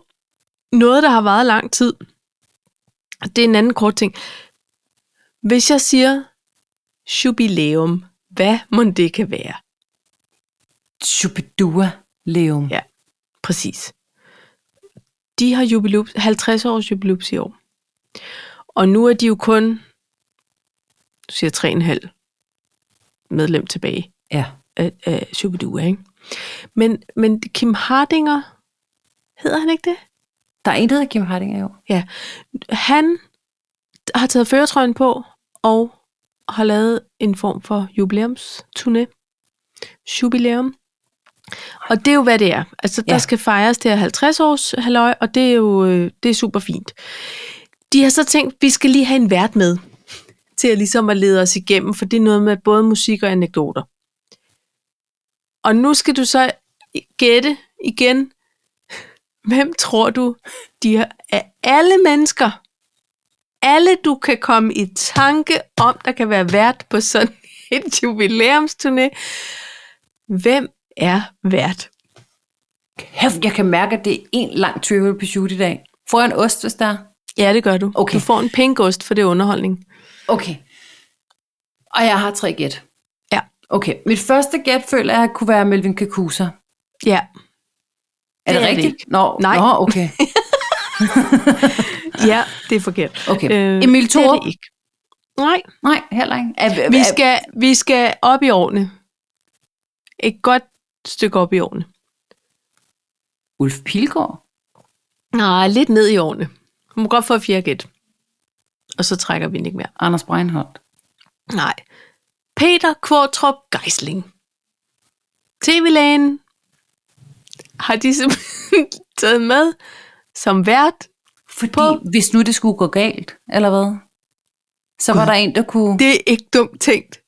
Speaker 2: noget, der har varet lang tid, det er en anden kort ting. Hvis jeg siger jubilæum, hvad må det kan være?
Speaker 1: Chupidua Leum.
Speaker 2: Ja. Præcis. De har jubilup, 50 års jubilups i år. Og nu er de jo kun, du siger 3,5 medlem tilbage
Speaker 1: Ja.
Speaker 2: af, af Shubidua, ikke? Men, men Kim Hardinger, hedder han ikke det?
Speaker 1: Der er en, der hedder Kim Hardinger jo.
Speaker 2: Ja. Han har taget føretrøjen på og har lavet en form for jubilæumsturné. Jubilæum. Og det er jo, hvad det er. Altså, der
Speaker 1: Ja.
Speaker 2: skal fejres det her 50 års halløj, og det er jo øh, det er super fint. De har så tænkt, vi skal lige have en vært med til at ligesom at lede os igennem, for det er noget med både musik og anekdoter. Og nu skal du så gætte igen, hvem tror du, de har, af alle mennesker, alle du kan komme i tanke om, der kan være vært på sådan et jubilæumsturné, hvem er vært?
Speaker 1: Kæft, jeg kan mærke, at det er en lang trivial pursuit i dag. Får jeg en ost, hvis der er?
Speaker 2: Ja, det gør du.
Speaker 1: Okay.
Speaker 2: Du får en pengost for det er underholdning.
Speaker 1: Okay. Og jeg har tre gæt.
Speaker 2: Ja.
Speaker 1: Okay, mit første gæt føler jeg kunne være Melvin Kakusa.
Speaker 2: Ja,
Speaker 1: Er det,
Speaker 2: er det
Speaker 1: rigtigt?
Speaker 2: ikke.
Speaker 1: Nå,
Speaker 2: Nej.
Speaker 1: Nå, okay.
Speaker 2: ja det er forkert.
Speaker 1: Okay. Emil
Speaker 2: Øh, Det er
Speaker 1: Thorup?
Speaker 2: det ikke. Nej,
Speaker 1: Nej, heller ikke. Er,
Speaker 2: vi skal, vi skal op i årene. Et godt stykke op i årene.
Speaker 1: Ulf Pilgaard?
Speaker 2: Nej, lidt ned i årene. Du må godt få fire gæt. Og så trækker vi den ikke mere.
Speaker 1: Anders Breinholt.
Speaker 2: Nej. Peter Kvartrup Geisling. TV-lægen har de simpelthen taget med som vært.
Speaker 1: Fordi
Speaker 2: På-
Speaker 1: på... hvis nu det skulle gå galt, eller hvad? Så var
Speaker 2: Gud.
Speaker 1: der en, der kunne... Det...
Speaker 2: Det er ikke dumt tænkt.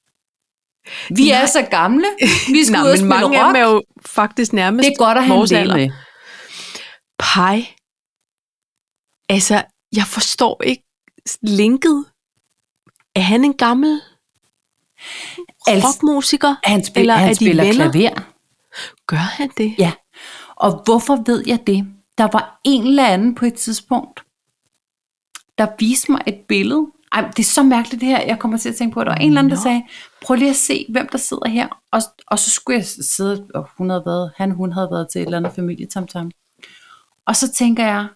Speaker 1: Vi
Speaker 2: Nej.
Speaker 1: er så gamle. Vi skal
Speaker 2: Nej,
Speaker 1: ud og
Speaker 2: men
Speaker 1: spille
Speaker 2: mange af
Speaker 1: rock.
Speaker 2: dem er jo faktisk nærmest
Speaker 1: Det er godt at have
Speaker 2: vores
Speaker 1: en læge
Speaker 2: alder.
Speaker 1: med.
Speaker 2: Pej. Altså, jeg forstår ikke linket. Er han en gammel
Speaker 1: Altså,
Speaker 2: rockmusiker?
Speaker 1: Han, spil, Eller
Speaker 2: Eller er
Speaker 1: han
Speaker 2: de
Speaker 1: spiller
Speaker 2: venner?
Speaker 1: klaver.
Speaker 2: Gør han det?
Speaker 1: Ja. Og hvorfor ved jeg det? Der var en eller anden på et tidspunkt, der viste mig et billede. Ej, det er så mærkeligt det her, jeg kommer til at tænke på. Der var en eller anden, der
Speaker 2: Nå.
Speaker 1: sagde, prøv lige at se, hvem der sidder her. Og, og så skulle jeg sidde, og hun havde været, han hun havde været til et eller andet familietamtam. Og så tænker jeg,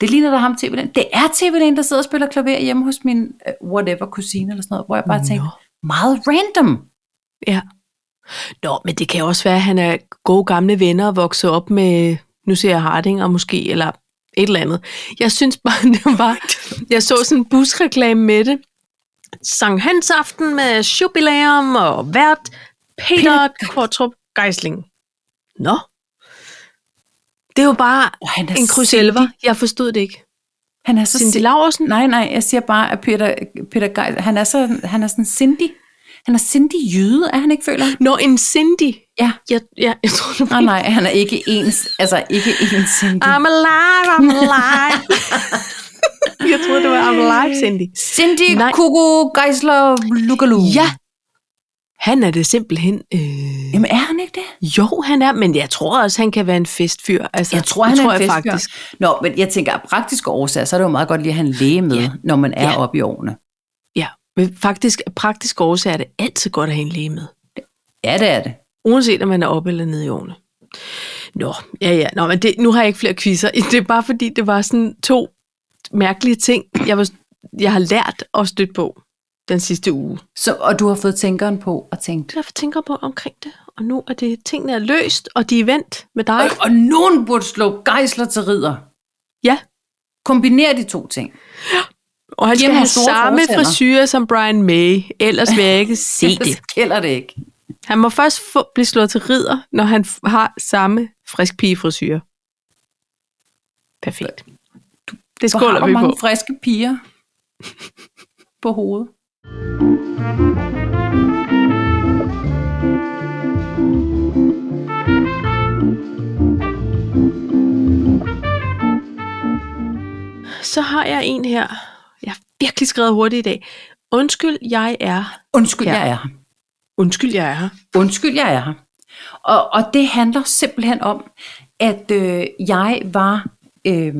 Speaker 1: det ligner da ham tv Det er tv der sidder og spiller klaver hjemme hos min uh, whatever kusine eller sådan noget, hvor jeg bare tænkte, meget random.
Speaker 2: Ja. Nå, men det kan også være, at han er gode gamle venner og vokset op med, nu ser jeg Hardinger måske, eller et eller andet. Jeg synes bare, det var, jeg så sådan en busreklame med det, Sankt Hans Aften med jubilæum og vært Peter Kvartrup Geisling. Nå. Det er jo bare
Speaker 1: Oh, han er
Speaker 2: en krydselver. Jeg forstod det ikke.
Speaker 1: sindig. Han er så
Speaker 2: Cindy
Speaker 1: sindig.
Speaker 2: Laursen?
Speaker 1: Nej, nej, jeg siger bare, at Peter, Peter Geis, han er, så, han er sådan sindig. Han er sindig jyde, er han ikke, føler jeg?
Speaker 2: Nå, en Cindy.
Speaker 1: Ja.
Speaker 2: Jeg, jeg, jeg tror, du
Speaker 1: Nej, nej, Ah, han er ikke ens, altså ikke ens sindig.
Speaker 2: I'm alive, I'm alive. jeg troede, det var I'm alive, Cindy.
Speaker 1: Cindy
Speaker 2: Nej.
Speaker 1: Kuku Geisler Lukalu.
Speaker 2: Ja. Han er det simpelthen. Øh...
Speaker 1: Jamen er han ikke det?
Speaker 2: Jo, han er, men jeg tror også, han kan være en festfyr. Altså,
Speaker 1: Jeg tror, han
Speaker 2: det
Speaker 1: tror er
Speaker 2: jeg
Speaker 1: en festfyr. Nå, men jeg tænker, af praktiske årsager, så er det jo meget godt lige at have en læge med,
Speaker 2: Ja.
Speaker 1: ja. når man er
Speaker 2: Ja.
Speaker 1: ja. oppe i årene.
Speaker 2: Ja, men faktisk af praktiske årsager er det altid godt at have en læge med.
Speaker 1: Ja, det er det.
Speaker 2: Uanset om man er oppe eller nede i årene. Nå, ja, ja. Nå, men det, nu har jeg ikke flere quizzer. Det er bare fordi, det var sådan to mærkelige ting, jeg, var, jeg har lært at støtte på den sidste uge.
Speaker 1: Så, og du har fået tænkeren på og tænkt.
Speaker 2: Jeg tænker på omkring det, og nu er det, tingene er løst, og de er vendt med dig.
Speaker 1: Og, og nogen burde slå gejsler til ridder.
Speaker 2: Ja,
Speaker 1: Kombiner de to ting.
Speaker 2: og han skal
Speaker 1: Jamen,
Speaker 2: have
Speaker 1: store
Speaker 2: samme
Speaker 1: fortænder.
Speaker 2: frisyre som Brian May, ellers vil jeg ikke se det.
Speaker 1: Gælder det ikke.
Speaker 2: Han må først få, blive slået til ridder, når han f- har samme frisk pigefrisyr. Perfekt. Det
Speaker 1: Hvor har
Speaker 2: skåler
Speaker 1: du
Speaker 2: vi
Speaker 1: mange
Speaker 2: på.
Speaker 1: friske piger på hovedet.
Speaker 2: Så har jeg en her. Jeg har virkelig skrevet hurtigt i dag. Undskyld, jeg er.
Speaker 1: Undskyld,
Speaker 2: Ja.
Speaker 1: ja. jeg er her.
Speaker 2: Undskyld, jeg er her.
Speaker 1: Undskyld, jeg er her. Og, og det handler simpelthen om, at øh, jeg var, øh,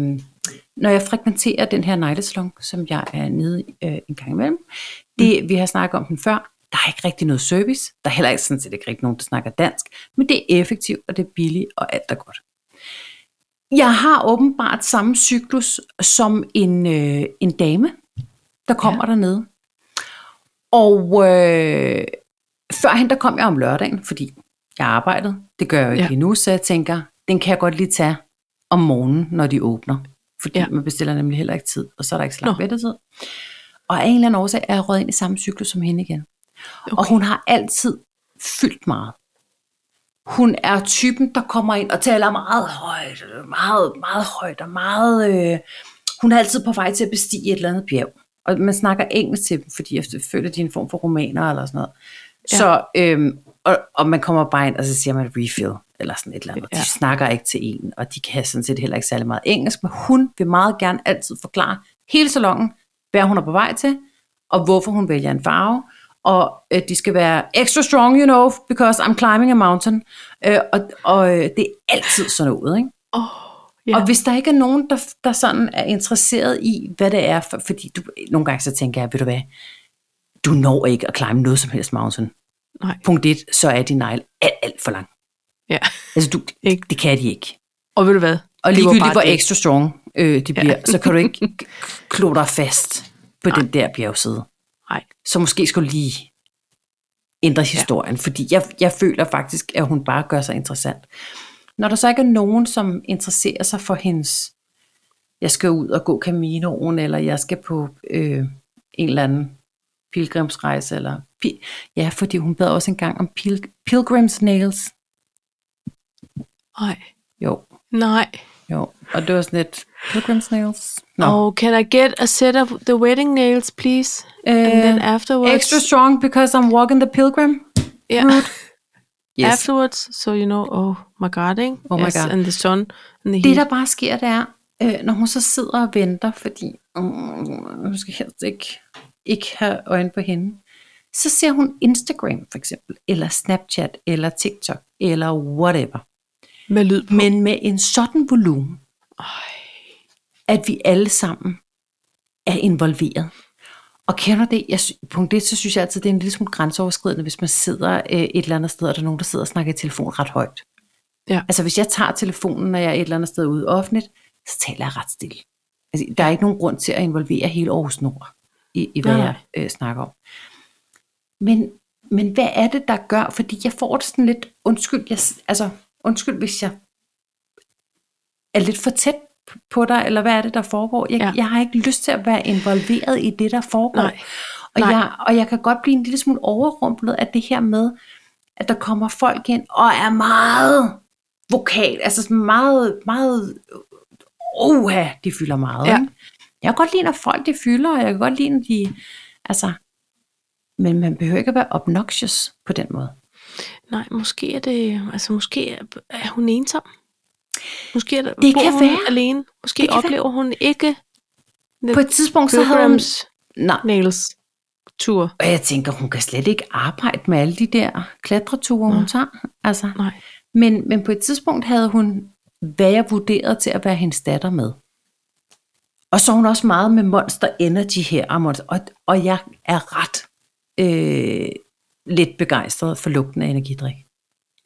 Speaker 1: når jeg frekventerer den her neglesalon, som jeg er nede i, øh, en gang imellem, det vi har snakket om den før, der er ikke rigtig noget service, der er heller ikke sådan set ikke rigtig nogen, der snakker dansk, men det er effektivt, og det er billigt, og alt er godt. Jeg har åbenbart samme cyklus som en, øh, en dame, der kommer ja. dernede. Og øh, førhen der kom jeg om lørdagen, fordi jeg arbejdede. Det gør jeg jo ikke
Speaker 2: Ja.
Speaker 1: ja. lige nu, så jeg tænker, den kan jeg godt lige tage om morgenen, når de åbner. Fordi
Speaker 2: Ja.
Speaker 1: ja. man bestiller nemlig heller ikke tid, og så er der ikke så lang
Speaker 2: Nå.
Speaker 1: ventetid. Og af en eller anden årsag er jeg røget ind i samme cyklus som hende igen. Okay. Og hun har altid fyldt meget. Hun er typen, der kommer ind og taler meget højt, øh, meget, meget højt og meget... Øh, hun er altid på vej til at bestige et eller andet bjerg. Og man snakker engelsk til dem, fordi jeg føler, de er en form for romaner eller sådan noget.
Speaker 2: Ja.
Speaker 1: Ja. Så, øhm, og, og man kommer bare ind, og så siger man refill, eller sådan et eller andet. De
Speaker 2: Ja.
Speaker 1: snakker ikke til en, og de kan sådan set heller ikke særlig meget engelsk, men hun vil meget gerne altid forklare hele salongen, hvad hun er på vej til, og hvorfor hun vælger en farve, og øh, de skal være extra strong, you know, because I'm climbing a mountain. Øh, og og øh, det er altid sådan noget, ikke?
Speaker 2: Oh,
Speaker 1: Ja.
Speaker 2: ja.
Speaker 1: Og hvis der ikke er nogen, der, der sådan er interesseret i, hvad det er, for, fordi du, nogle gange så tænker jeg, ved du hvad, du når ikke at climb noget som helst mountain.
Speaker 2: Nej.
Speaker 1: Punkt et, så er din negl alt, alt for lang.
Speaker 2: Ja.
Speaker 1: Altså, du,
Speaker 2: Ikke?
Speaker 1: det, det kan de ikke.
Speaker 2: Og ved du hvad?
Speaker 1: Og
Speaker 2: Det var
Speaker 1: ligegyldigt,
Speaker 2: bare
Speaker 1: hvor
Speaker 2: det.
Speaker 1: ekstra strong øh, de bliver, så kan du ikke k- klo dig fast på den der bjergside.
Speaker 2: Nej.
Speaker 1: Så måske skulle du lige ændre historien, ja. fordi jeg, jeg føler faktisk, at hun bare gør sig interessant. Når der så ikke er nogen, som interesserer sig for hendes, jeg skal ud og gå Caminoen, eller jeg skal på øh, en eller anden pilgrimsrejse, eller pi- ja, fordi hun bad også engang om pil- pilgrims nails.
Speaker 2: Nej.
Speaker 1: Jo,
Speaker 2: Nej.
Speaker 1: jo, og det var sådan et pilgrims nails. Nå.
Speaker 2: Oh, can I get a set of the wedding nails, please? And then
Speaker 1: Øh,
Speaker 2: afterwards.
Speaker 1: extra strong because I'm walking the pilgrim.
Speaker 2: yeah.
Speaker 1: Yes.
Speaker 2: afterwards, so you know, oh my god, ikke?
Speaker 1: Oh my
Speaker 2: yes,
Speaker 1: God.
Speaker 2: and the sun, and the
Speaker 1: Det,
Speaker 2: heat.
Speaker 1: der bare sker, det er, øh, når hun så sidder og venter, fordi mm, hun skal helst ikke, ikke have øjne på hende, så ser hun Instagram for eksempel, eller Snapchat, eller TikTok, eller whatever.
Speaker 2: med lyd på.
Speaker 1: Men med en sådan volumen,
Speaker 2: Ej,
Speaker 1: at vi alle sammen er involveret. Og kender det, jeg, sy- punkt et, så synes jeg altid, det er en lille smule grænseoverskridende, hvis man sidder øh, et eller andet sted, og der er nogen, der sidder og snakker i telefon ret højt.
Speaker 2: Ja.
Speaker 1: Altså hvis jeg tager telefonen, når jeg er et eller andet sted ude offentligt, så taler jeg ret stille. Altså, der er ikke nogen grund til at involvere hele Aarhus Nord i, i hvad
Speaker 2: Nej, nej.
Speaker 1: jeg øh, snakker om. Men, men hvad er det, der gør? Fordi jeg får det sådan lidt, undskyld, jeg, s- altså, undskyld hvis jeg er lidt for tæt p- på dig, eller hvad er det, der foregår? Jeg,
Speaker 2: Ja.
Speaker 1: ja. jeg har ikke lyst til at være involveret i det, der foregår.
Speaker 2: Nej.
Speaker 1: Og
Speaker 2: Nej.
Speaker 1: jeg, og jeg kan godt blive en lille smule overrumplet af det her med, at der kommer folk ind og er meget vokal, altså sådan meget, meget, oha, de fylder meget.
Speaker 2: Ja.
Speaker 1: Ikke? Jeg kan godt lide, når folk de fylder, og jeg kan godt lide, når de, altså, men man behøver ikke at være obnoxious på den måde.
Speaker 2: Nej, måske er det, altså måske er, er hun ensom. Måske er der,
Speaker 1: Det
Speaker 2: bor
Speaker 1: kan
Speaker 2: hun
Speaker 1: være.
Speaker 2: alene. Måske
Speaker 1: Det kan
Speaker 2: oplever hun ikke
Speaker 1: På et tidspunkt, så havde hun,
Speaker 2: Pilgrims
Speaker 1: nej,
Speaker 2: Nails tur.
Speaker 1: og jeg tænker, hun kan slet ikke arbejde med alle de der klatreture, hun
Speaker 2: Nej.
Speaker 1: tager. Altså,
Speaker 2: Nej.
Speaker 1: men, men på et tidspunkt havde hun, hvad jeg vurderede til at være hendes datter med. Og så er hun også meget med Monster Energy her, og, monster, og, og jeg er ret øh, lidt begejstret for lugten af energidrik.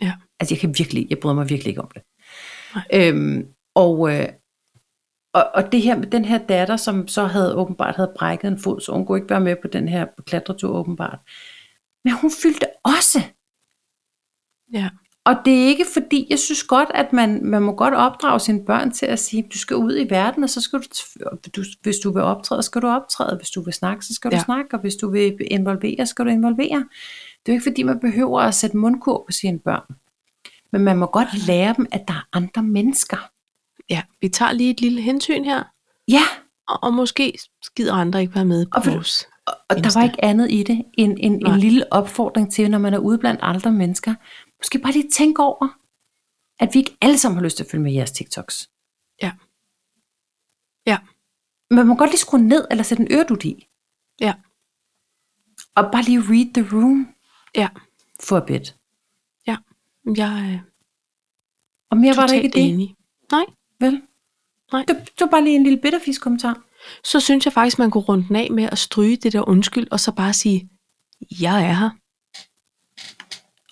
Speaker 2: Ja.
Speaker 1: Altså jeg kan virkelig, jeg bryder mig virkelig ikke om det.
Speaker 2: Nej.
Speaker 1: Øhm, og, øh, og, og det her med den her datter, som så havde åbenbart havde brækket en fod, så hun kunne ikke være med på den her klatretur åbenbart. Men hun fyldte også
Speaker 2: Ja.
Speaker 1: og det er ikke fordi, jeg synes godt, at man, man må godt opdrage sine børn til at sige, du skal ud i verden, og så skal du, du hvis du vil optræde, skal du optræde, hvis du vil snakke, så skal ja.
Speaker 2: Ja.
Speaker 1: du snakke, og hvis du vil involvere, skal du involvere. Det er jo ikke fordi, man behøver at sætte mundkur på sine børn. Men man må godt lære dem, at der er andre mennesker.
Speaker 2: ja. Vi tager lige et lille hensyn her,
Speaker 1: Ja,
Speaker 2: og, og måske skider andre ikke være med på
Speaker 1: Og vil-
Speaker 2: vores.
Speaker 1: og, og der
Speaker 2: Insta.
Speaker 1: var ikke andet i det end en,
Speaker 2: Nej.
Speaker 1: en lille opfordring til, når man er ude blandt andre mennesker. Måske bare lige tænke over, at vi ikke alle sammen har lyst til at følge med i jeres TikToks.
Speaker 2: Ja. Ja.
Speaker 1: man må godt lige skrue ned eller sætte en øredut i.
Speaker 2: Ja.
Speaker 1: Og bare lige read the room
Speaker 2: Ja.
Speaker 1: for a bit.
Speaker 2: Jeg er
Speaker 1: Og mere var der
Speaker 2: totalt
Speaker 1: ikke i det,
Speaker 2: enig. Nej.
Speaker 1: vel?
Speaker 2: Nej.
Speaker 1: Det, det var bare lige en lille bitterfisk kommentar.
Speaker 2: Så synes jeg faktisk, man kunne runde den af med at stryge det der undskyld, og så bare sige, jeg er her.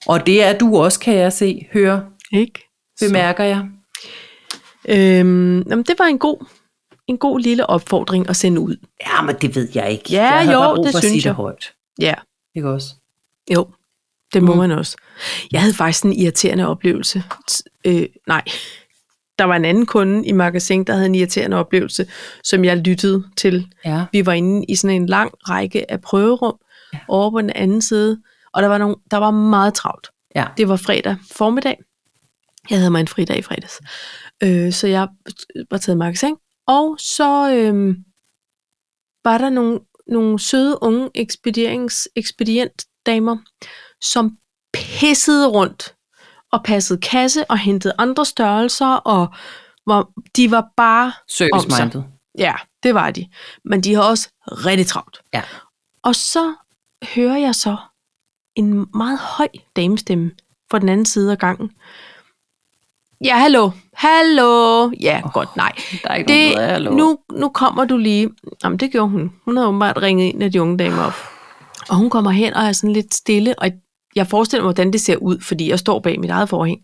Speaker 1: Og det er du også, kan jeg se, høre,
Speaker 2: Ikke?
Speaker 1: bemærker jeg.
Speaker 2: Øhm, jamen, det var en god, en god lille opfordring at sende ud.
Speaker 1: Ja, men det ved jeg ikke.
Speaker 2: Ja,
Speaker 1: jeg havde
Speaker 2: jo,
Speaker 1: bare brug
Speaker 2: det
Speaker 1: for at
Speaker 2: synes
Speaker 1: sige det
Speaker 2: jeg.
Speaker 1: højt.
Speaker 2: Ja.
Speaker 1: Ikke også?
Speaker 2: Jo, det må
Speaker 1: Mm.
Speaker 2: mm. man også. Jeg havde faktisk en irriterende oplevelse. T- øh, nej, der var en anden kunde i magasin, der havde en irriterende oplevelse, som jeg lyttede til.
Speaker 1: Ja.
Speaker 2: Vi var inde i sådan en lang række af prøverum
Speaker 1: Ja.
Speaker 2: ja. over på den anden side, og der var, nogle, der var meget travlt.
Speaker 1: Ja.
Speaker 2: Det var fredag formiddag. Jeg havde mig en fridag i fredags. Øh, så jeg var taget i magasin. Og så øh, var der nogle, nogle søde unge ekspedierings, ekspedientdamer, som pissede rundt og passede kasse og hentede andre størrelser, og var, de var bare
Speaker 1: Service minded.
Speaker 2: Ja, det var de. Men de har også rigtig travlt.
Speaker 1: Ja.
Speaker 2: Og så hører jeg så en meget høj damestemme fra den anden side af gangen. Ja, hallo. Hallo. Ja, oh, godt, nej.
Speaker 1: Der er ikke
Speaker 2: Det,
Speaker 1: noget, jeg lover.
Speaker 2: nu, nu kommer du lige. Jamen, det gjorde hun. Hun havde åbenbart ringet en af de unge damer op. Og hun kommer hen og er sådan lidt stille, og jeg forestiller mig, hvordan det ser ud, fordi jeg står bag mit eget forhæng.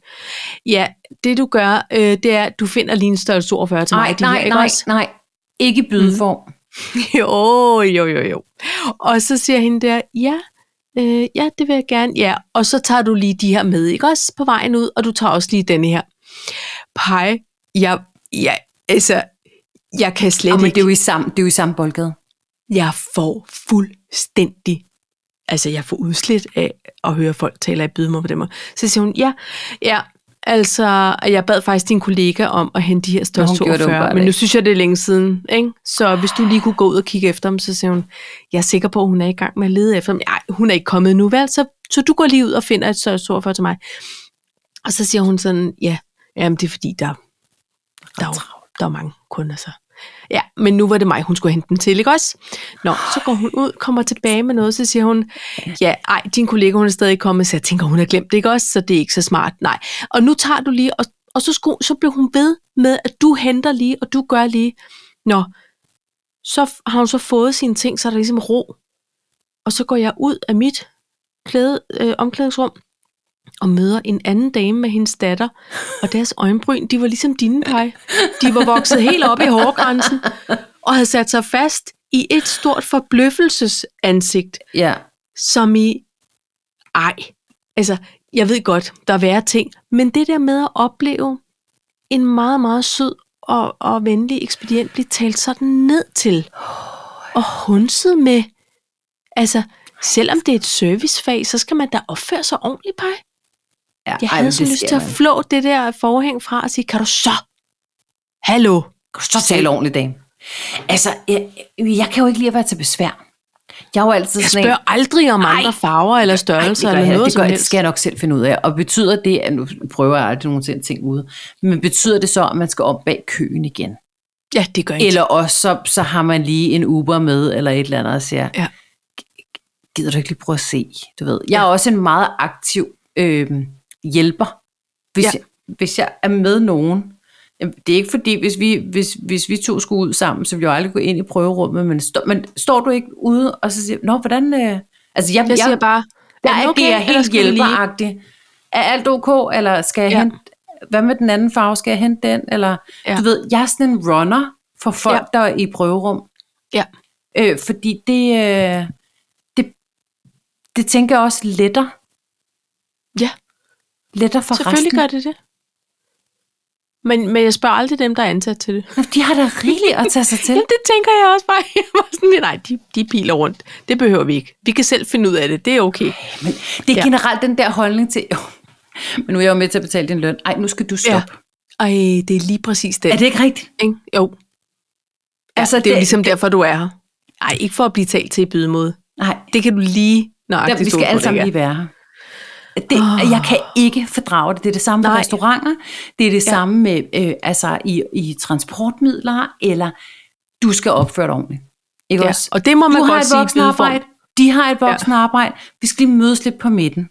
Speaker 2: Ja, det du gør, øh, det er, at du finder lige en størrelse 42 til
Speaker 1: Nej,
Speaker 2: mig. Det her,
Speaker 1: nej,
Speaker 2: ikke
Speaker 1: nej,
Speaker 2: også?
Speaker 1: nej. Ikke i bydeform. Mm.
Speaker 2: jo, jo, jo, jo. Og så siger hende der, ja, øh, ja, det vil jeg gerne, ja. Og så tager du lige de her med, ikke også, på vejen ud, og du tager også lige denne her. Pej, jeg, jeg, altså, jeg kan slet
Speaker 1: Jamen,
Speaker 2: ikke
Speaker 1: det er jo i samme, det er jo i samme boldgade.
Speaker 2: jeg får fuldstændig, altså jeg får udslet af at høre folk tale af byde mig på dem. Så siger hun, ja, ja, altså, og jeg bad faktisk din kollega om at hente de her
Speaker 1: hun
Speaker 2: største
Speaker 1: gjorde det
Speaker 2: 42,
Speaker 1: åbenbart
Speaker 2: men nu
Speaker 1: ikke.
Speaker 2: synes jeg, det er længe siden, ikke? Så hvis du lige kunne gå ud og kigge efter dem, så siger hun, jeg er sikker på, at hun er i gang med at lede efter dem. Nej, hun er ikke kommet nu, vel? Så, så du går lige ud og finder et største 42 til mig. Og så siger hun sådan, ja, jamen det er fordi, der, der, er jo- der er mange kunder så. Ja, men nu var det mig, hun skulle hente den til, ikke også? Nå, så går hun ud, kommer tilbage med noget, så siger hun, ja, ej, din kollega, hun er stadig ikke kommet, så jeg tænker, hun har glemt det, ikke også? Så det er ikke så smart, nej. Og nu tager du lige, og, og så, skulle, så blev hun ved med, at du henter lige, og du gør lige. Nå, så f- har hun så fået sine ting, så er der ligesom ro. Og så går jeg ud af mit klæde, øh, omklædningsrum, og møder en anden dame med hendes datter, og deres øjenbryn, de var ligesom dine pej. De var vokset helt op i hårgrænsen, og havde sat sig fast i et stort forbløffelsesansigt,
Speaker 1: Ja.
Speaker 2: som i, ej, altså, jeg ved godt, der er værre ting, men det der med at opleve en meget, meget sød og, og venlig ekspedient blive talt sådan ned til, og hunset med, Altså, selvom det er et servicefag, så skal man da opføre sig ordentligt, Paj.
Speaker 1: Ja,
Speaker 2: Jeg
Speaker 1: ej,
Speaker 2: havde
Speaker 1: men
Speaker 2: så
Speaker 1: det
Speaker 2: lyst
Speaker 1: sker
Speaker 2: til at
Speaker 1: jo ikke.
Speaker 2: flå det der forhæng fra og sige, kan du så? Hallo?
Speaker 1: Kan du så tale ordentligt, dame? Altså, jeg, jeg kan jo ikke lide at være til besvær. Jeg er jo altid
Speaker 2: Jeg
Speaker 1: sådan en-
Speaker 2: spørger aldrig om andre farver eller størrelser
Speaker 1: Ej, det gør
Speaker 2: eller
Speaker 1: jeg,
Speaker 2: noget
Speaker 1: det, gør,
Speaker 2: som
Speaker 1: jeg- det
Speaker 2: helst.
Speaker 1: skal jeg nok selv finde ud af. Og betyder det, at nu prøver jeg aldrig nogensinde ting ude, men betyder det så, at man skal om bag køen igen?
Speaker 2: Ja, det gør jeg
Speaker 1: Eller også, så, så har man lige en Uber med, eller et eller andet, og siger,
Speaker 2: Ja.
Speaker 1: gider du ikke lige prøve at se? Du ved. Jeg er også en meget aktiv øh, hjælper. Hvis,
Speaker 2: Ja.
Speaker 1: ja. jeg, hvis jeg er med nogen, Jamen, det er ikke fordi, hvis vi, hvis, hvis vi to skulle ud sammen, så ville jeg jo aldrig gå ind i prøverummet, men, stå, men står du ikke ude, og så siger, nå, hvordan... Øh? Altså, jeg,
Speaker 2: Jeg siger bare,
Speaker 1: jeg
Speaker 2: er den
Speaker 1: er okay,
Speaker 2: okay,
Speaker 1: agerer
Speaker 2: eller
Speaker 1: helt
Speaker 2: skal vi lige-
Speaker 1: hjælperagtig. Er alt okay, eller skal jeg
Speaker 2: Ja.
Speaker 1: ja. hente, hvad med den anden farve, skal jeg hente den? Eller,
Speaker 2: Ja.
Speaker 1: ja. Du ved, jeg er sådan en runner for folk, ja. der er i prøverum.
Speaker 2: Ja.
Speaker 1: Øh, fordi det, øh, det, det tænker jeg også letter,
Speaker 2: ja,
Speaker 1: letter for
Speaker 2: selvfølgelig
Speaker 1: resten.
Speaker 2: gør det det. Men, men jeg spørger aldrig dem, der er ansat til det.
Speaker 1: Nå, De har da rigeligt at tage sig til.
Speaker 2: Jamen, det tænker jeg også bare. Jeg var sådan, nej, de, de piler rundt. Det behøver vi ikke. Vi kan selv finde ud af det. Det er okay.
Speaker 1: Men det er
Speaker 2: Ja.
Speaker 1: ja. generelt den der holdning til, jo, men nu er jeg jo med til at betale din løn. Ej, nu skal du stoppe. Ja.
Speaker 2: Ej, det er lige præcis det.
Speaker 1: Er det ikke rigtigt?
Speaker 2: Ikke? Jo. Altså, det er jo
Speaker 1: det-
Speaker 2: ligesom derfor, du er her. Ej, ikke for at blive talt til i bydemåde.
Speaker 1: Nej.
Speaker 2: Det kan du lige
Speaker 1: Der,
Speaker 2: nøjagtigt
Speaker 1: vi skal
Speaker 2: stole på,
Speaker 1: alle
Speaker 2: det
Speaker 1: sammen
Speaker 2: ikke
Speaker 1: lige være her. Det,
Speaker 2: Åh.
Speaker 1: oh. Jeg kan ikke fordrage det. Det er det samme på
Speaker 2: Nej.
Speaker 1: restauranter. Det er det
Speaker 2: Ja.
Speaker 1: ja. samme med, øh, altså i, i transportmidler, eller du skal opføre dig ordentligt. Ikke ja.
Speaker 2: er. Ja.
Speaker 1: også?
Speaker 2: Og det må man
Speaker 1: Du har
Speaker 2: godt
Speaker 1: et
Speaker 2: sige i
Speaker 1: voksenarbejde,
Speaker 2: bydeform.
Speaker 1: de har et voksenarbejde. Vi skal lige mødes lidt på midten.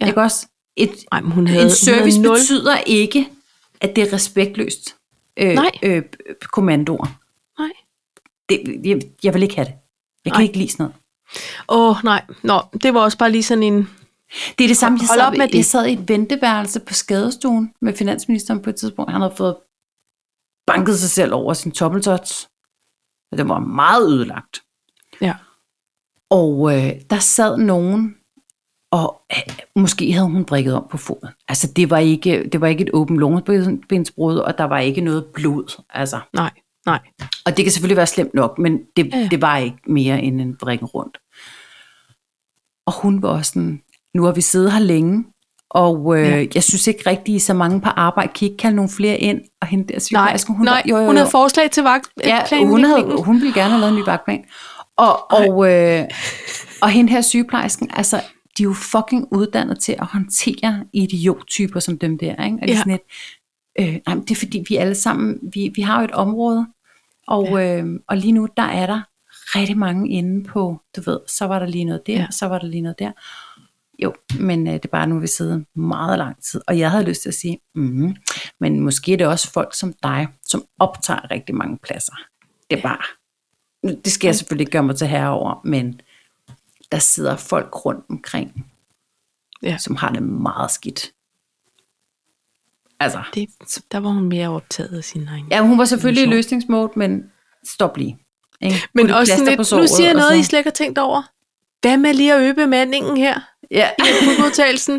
Speaker 2: Ja.
Speaker 1: Ja. Ikke også? Et,
Speaker 2: Ej, men hun havde,
Speaker 1: en service
Speaker 2: hun havde nul.
Speaker 1: betyder ikke, at det er respektløst øh,
Speaker 2: Nej.
Speaker 1: øh, kommandoer.
Speaker 2: Nej.
Speaker 1: Det, jeg, jeg vil ikke have det. Jeg kan Ej.
Speaker 2: Nej.
Speaker 1: ikke lide sådan noget.
Speaker 2: Åh, oh, nej. Nå, det var også bare lige sådan en...
Speaker 1: Det er det samme, jeg
Speaker 2: Hold
Speaker 1: sad,
Speaker 2: op med det.
Speaker 1: jeg sad i et venteværelse på skadestuen med finansministeren på et tidspunkt. Han havde fået banket sig selv over sin tommeltots. Og den var meget ødelagt.
Speaker 2: Ja.
Speaker 1: Og øh, der sad nogen, og øh, måske havde hun brækket om på foden. Altså, det var ikke, det var ikke et åbent lungebensbrud, og der var ikke noget blod. Altså.
Speaker 2: Nej, nej.
Speaker 1: Og det kan selvfølgelig være slemt nok, men det,
Speaker 2: Ja, ja.
Speaker 1: ja. det var ikke mere end en vrikken rundt. Og hun var også sådan, nu har vi siddet her længe, og øh,
Speaker 2: Ja.
Speaker 1: ja. jeg synes ikke rigtig, I er så mange på arbejde kan I ikke kalde nogle flere ind, og hende der
Speaker 2: Nej,
Speaker 1: sygeplejersken, hun,
Speaker 2: nej.
Speaker 1: var- jo, jo,
Speaker 2: hun
Speaker 1: jo.
Speaker 2: havde forslag til vagt. øh,
Speaker 1: ja, hun, havde, hun ville gerne have lavet en ny vagtplan. Og, og, øh, og hende her sygeplejersken, altså, de er jo fucking uddannet til at håndtere idiottyper som dem der, ikke? Og det er
Speaker 2: Ja.
Speaker 1: sådan et, øh, nej, men det er fordi, vi alle sammen, vi, vi har jo et område, og, ja. øh, og lige nu, der er der rigtig mange inde på, du ved, så var der lige noget der,
Speaker 2: Ja.
Speaker 1: ja. så var der lige noget der. Jo, men øh, det er bare nu, vi sidder meget lang tid. Og jeg havde lyst til at sige, mm, men måske er det også folk som dig, som optager rigtig mange pladser. Det er bare, det skal jeg selvfølgelig ikke gøre mig til herre over, men der sidder folk rundt omkring,
Speaker 2: Ja.
Speaker 1: som har det meget skidt. Altså,
Speaker 2: Det, der var hun mere optaget af sin egen.
Speaker 1: ja, hun var selvfølgelig i løsningsmål, men stop lige. Ikke?
Speaker 2: men
Speaker 1: Putte
Speaker 2: også
Speaker 1: plaster
Speaker 2: sådan
Speaker 1: på
Speaker 2: lidt, nu
Speaker 1: såret
Speaker 2: siger jeg
Speaker 1: og
Speaker 2: noget,
Speaker 1: så-
Speaker 2: I slet ikke har tænkt over. Hvad med lige at øge bemandingen her
Speaker 1: Ja,
Speaker 2: i akutmodtagelsen?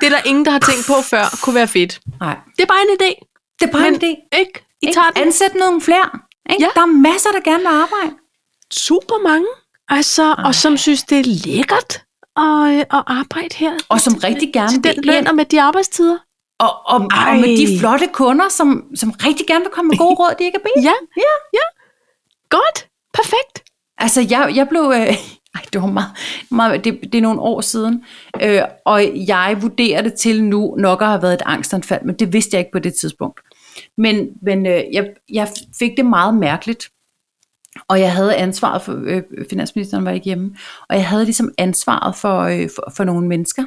Speaker 2: Det er der ingen, der har tænkt på før, kunne være fedt.
Speaker 1: nej.
Speaker 2: Det er bare en idé,
Speaker 1: Det er bare
Speaker 2: Men-
Speaker 1: en idé.
Speaker 2: ikke? I tager den
Speaker 1: Ansæt nogle flere. Ikke?
Speaker 2: Ja.
Speaker 1: Der er masser, der gerne vil arbejde.
Speaker 2: super mange, altså, og som synes, det er lækkert at, øh, at arbejde her.
Speaker 1: Og som rigtig gerne
Speaker 2: Til den
Speaker 1: vil
Speaker 2: løn
Speaker 1: ind.
Speaker 2: og med de arbejdstider.
Speaker 1: Og, og, og med
Speaker 2: Ej.
Speaker 1: de flotte kunder, som, som rigtig gerne vil komme med gode råd, de ikke har bedt.
Speaker 2: Ja, ja, ja. Godt, perfekt.
Speaker 1: Altså, jeg, jeg blev... Øh, ej, det var meget... meget det, det er nogle år siden. Øh, og jeg vurderer det til nu nok at have været et angstanfald, men det vidste jeg ikke på det tidspunkt. Men, men øh, jeg, jeg fik det meget mærkeligt. Og jeg havde ansvaret for... Øh, finansministeren var ikke hjemme. Og jeg havde ligesom ansvaret for, øh, for, for nogle mennesker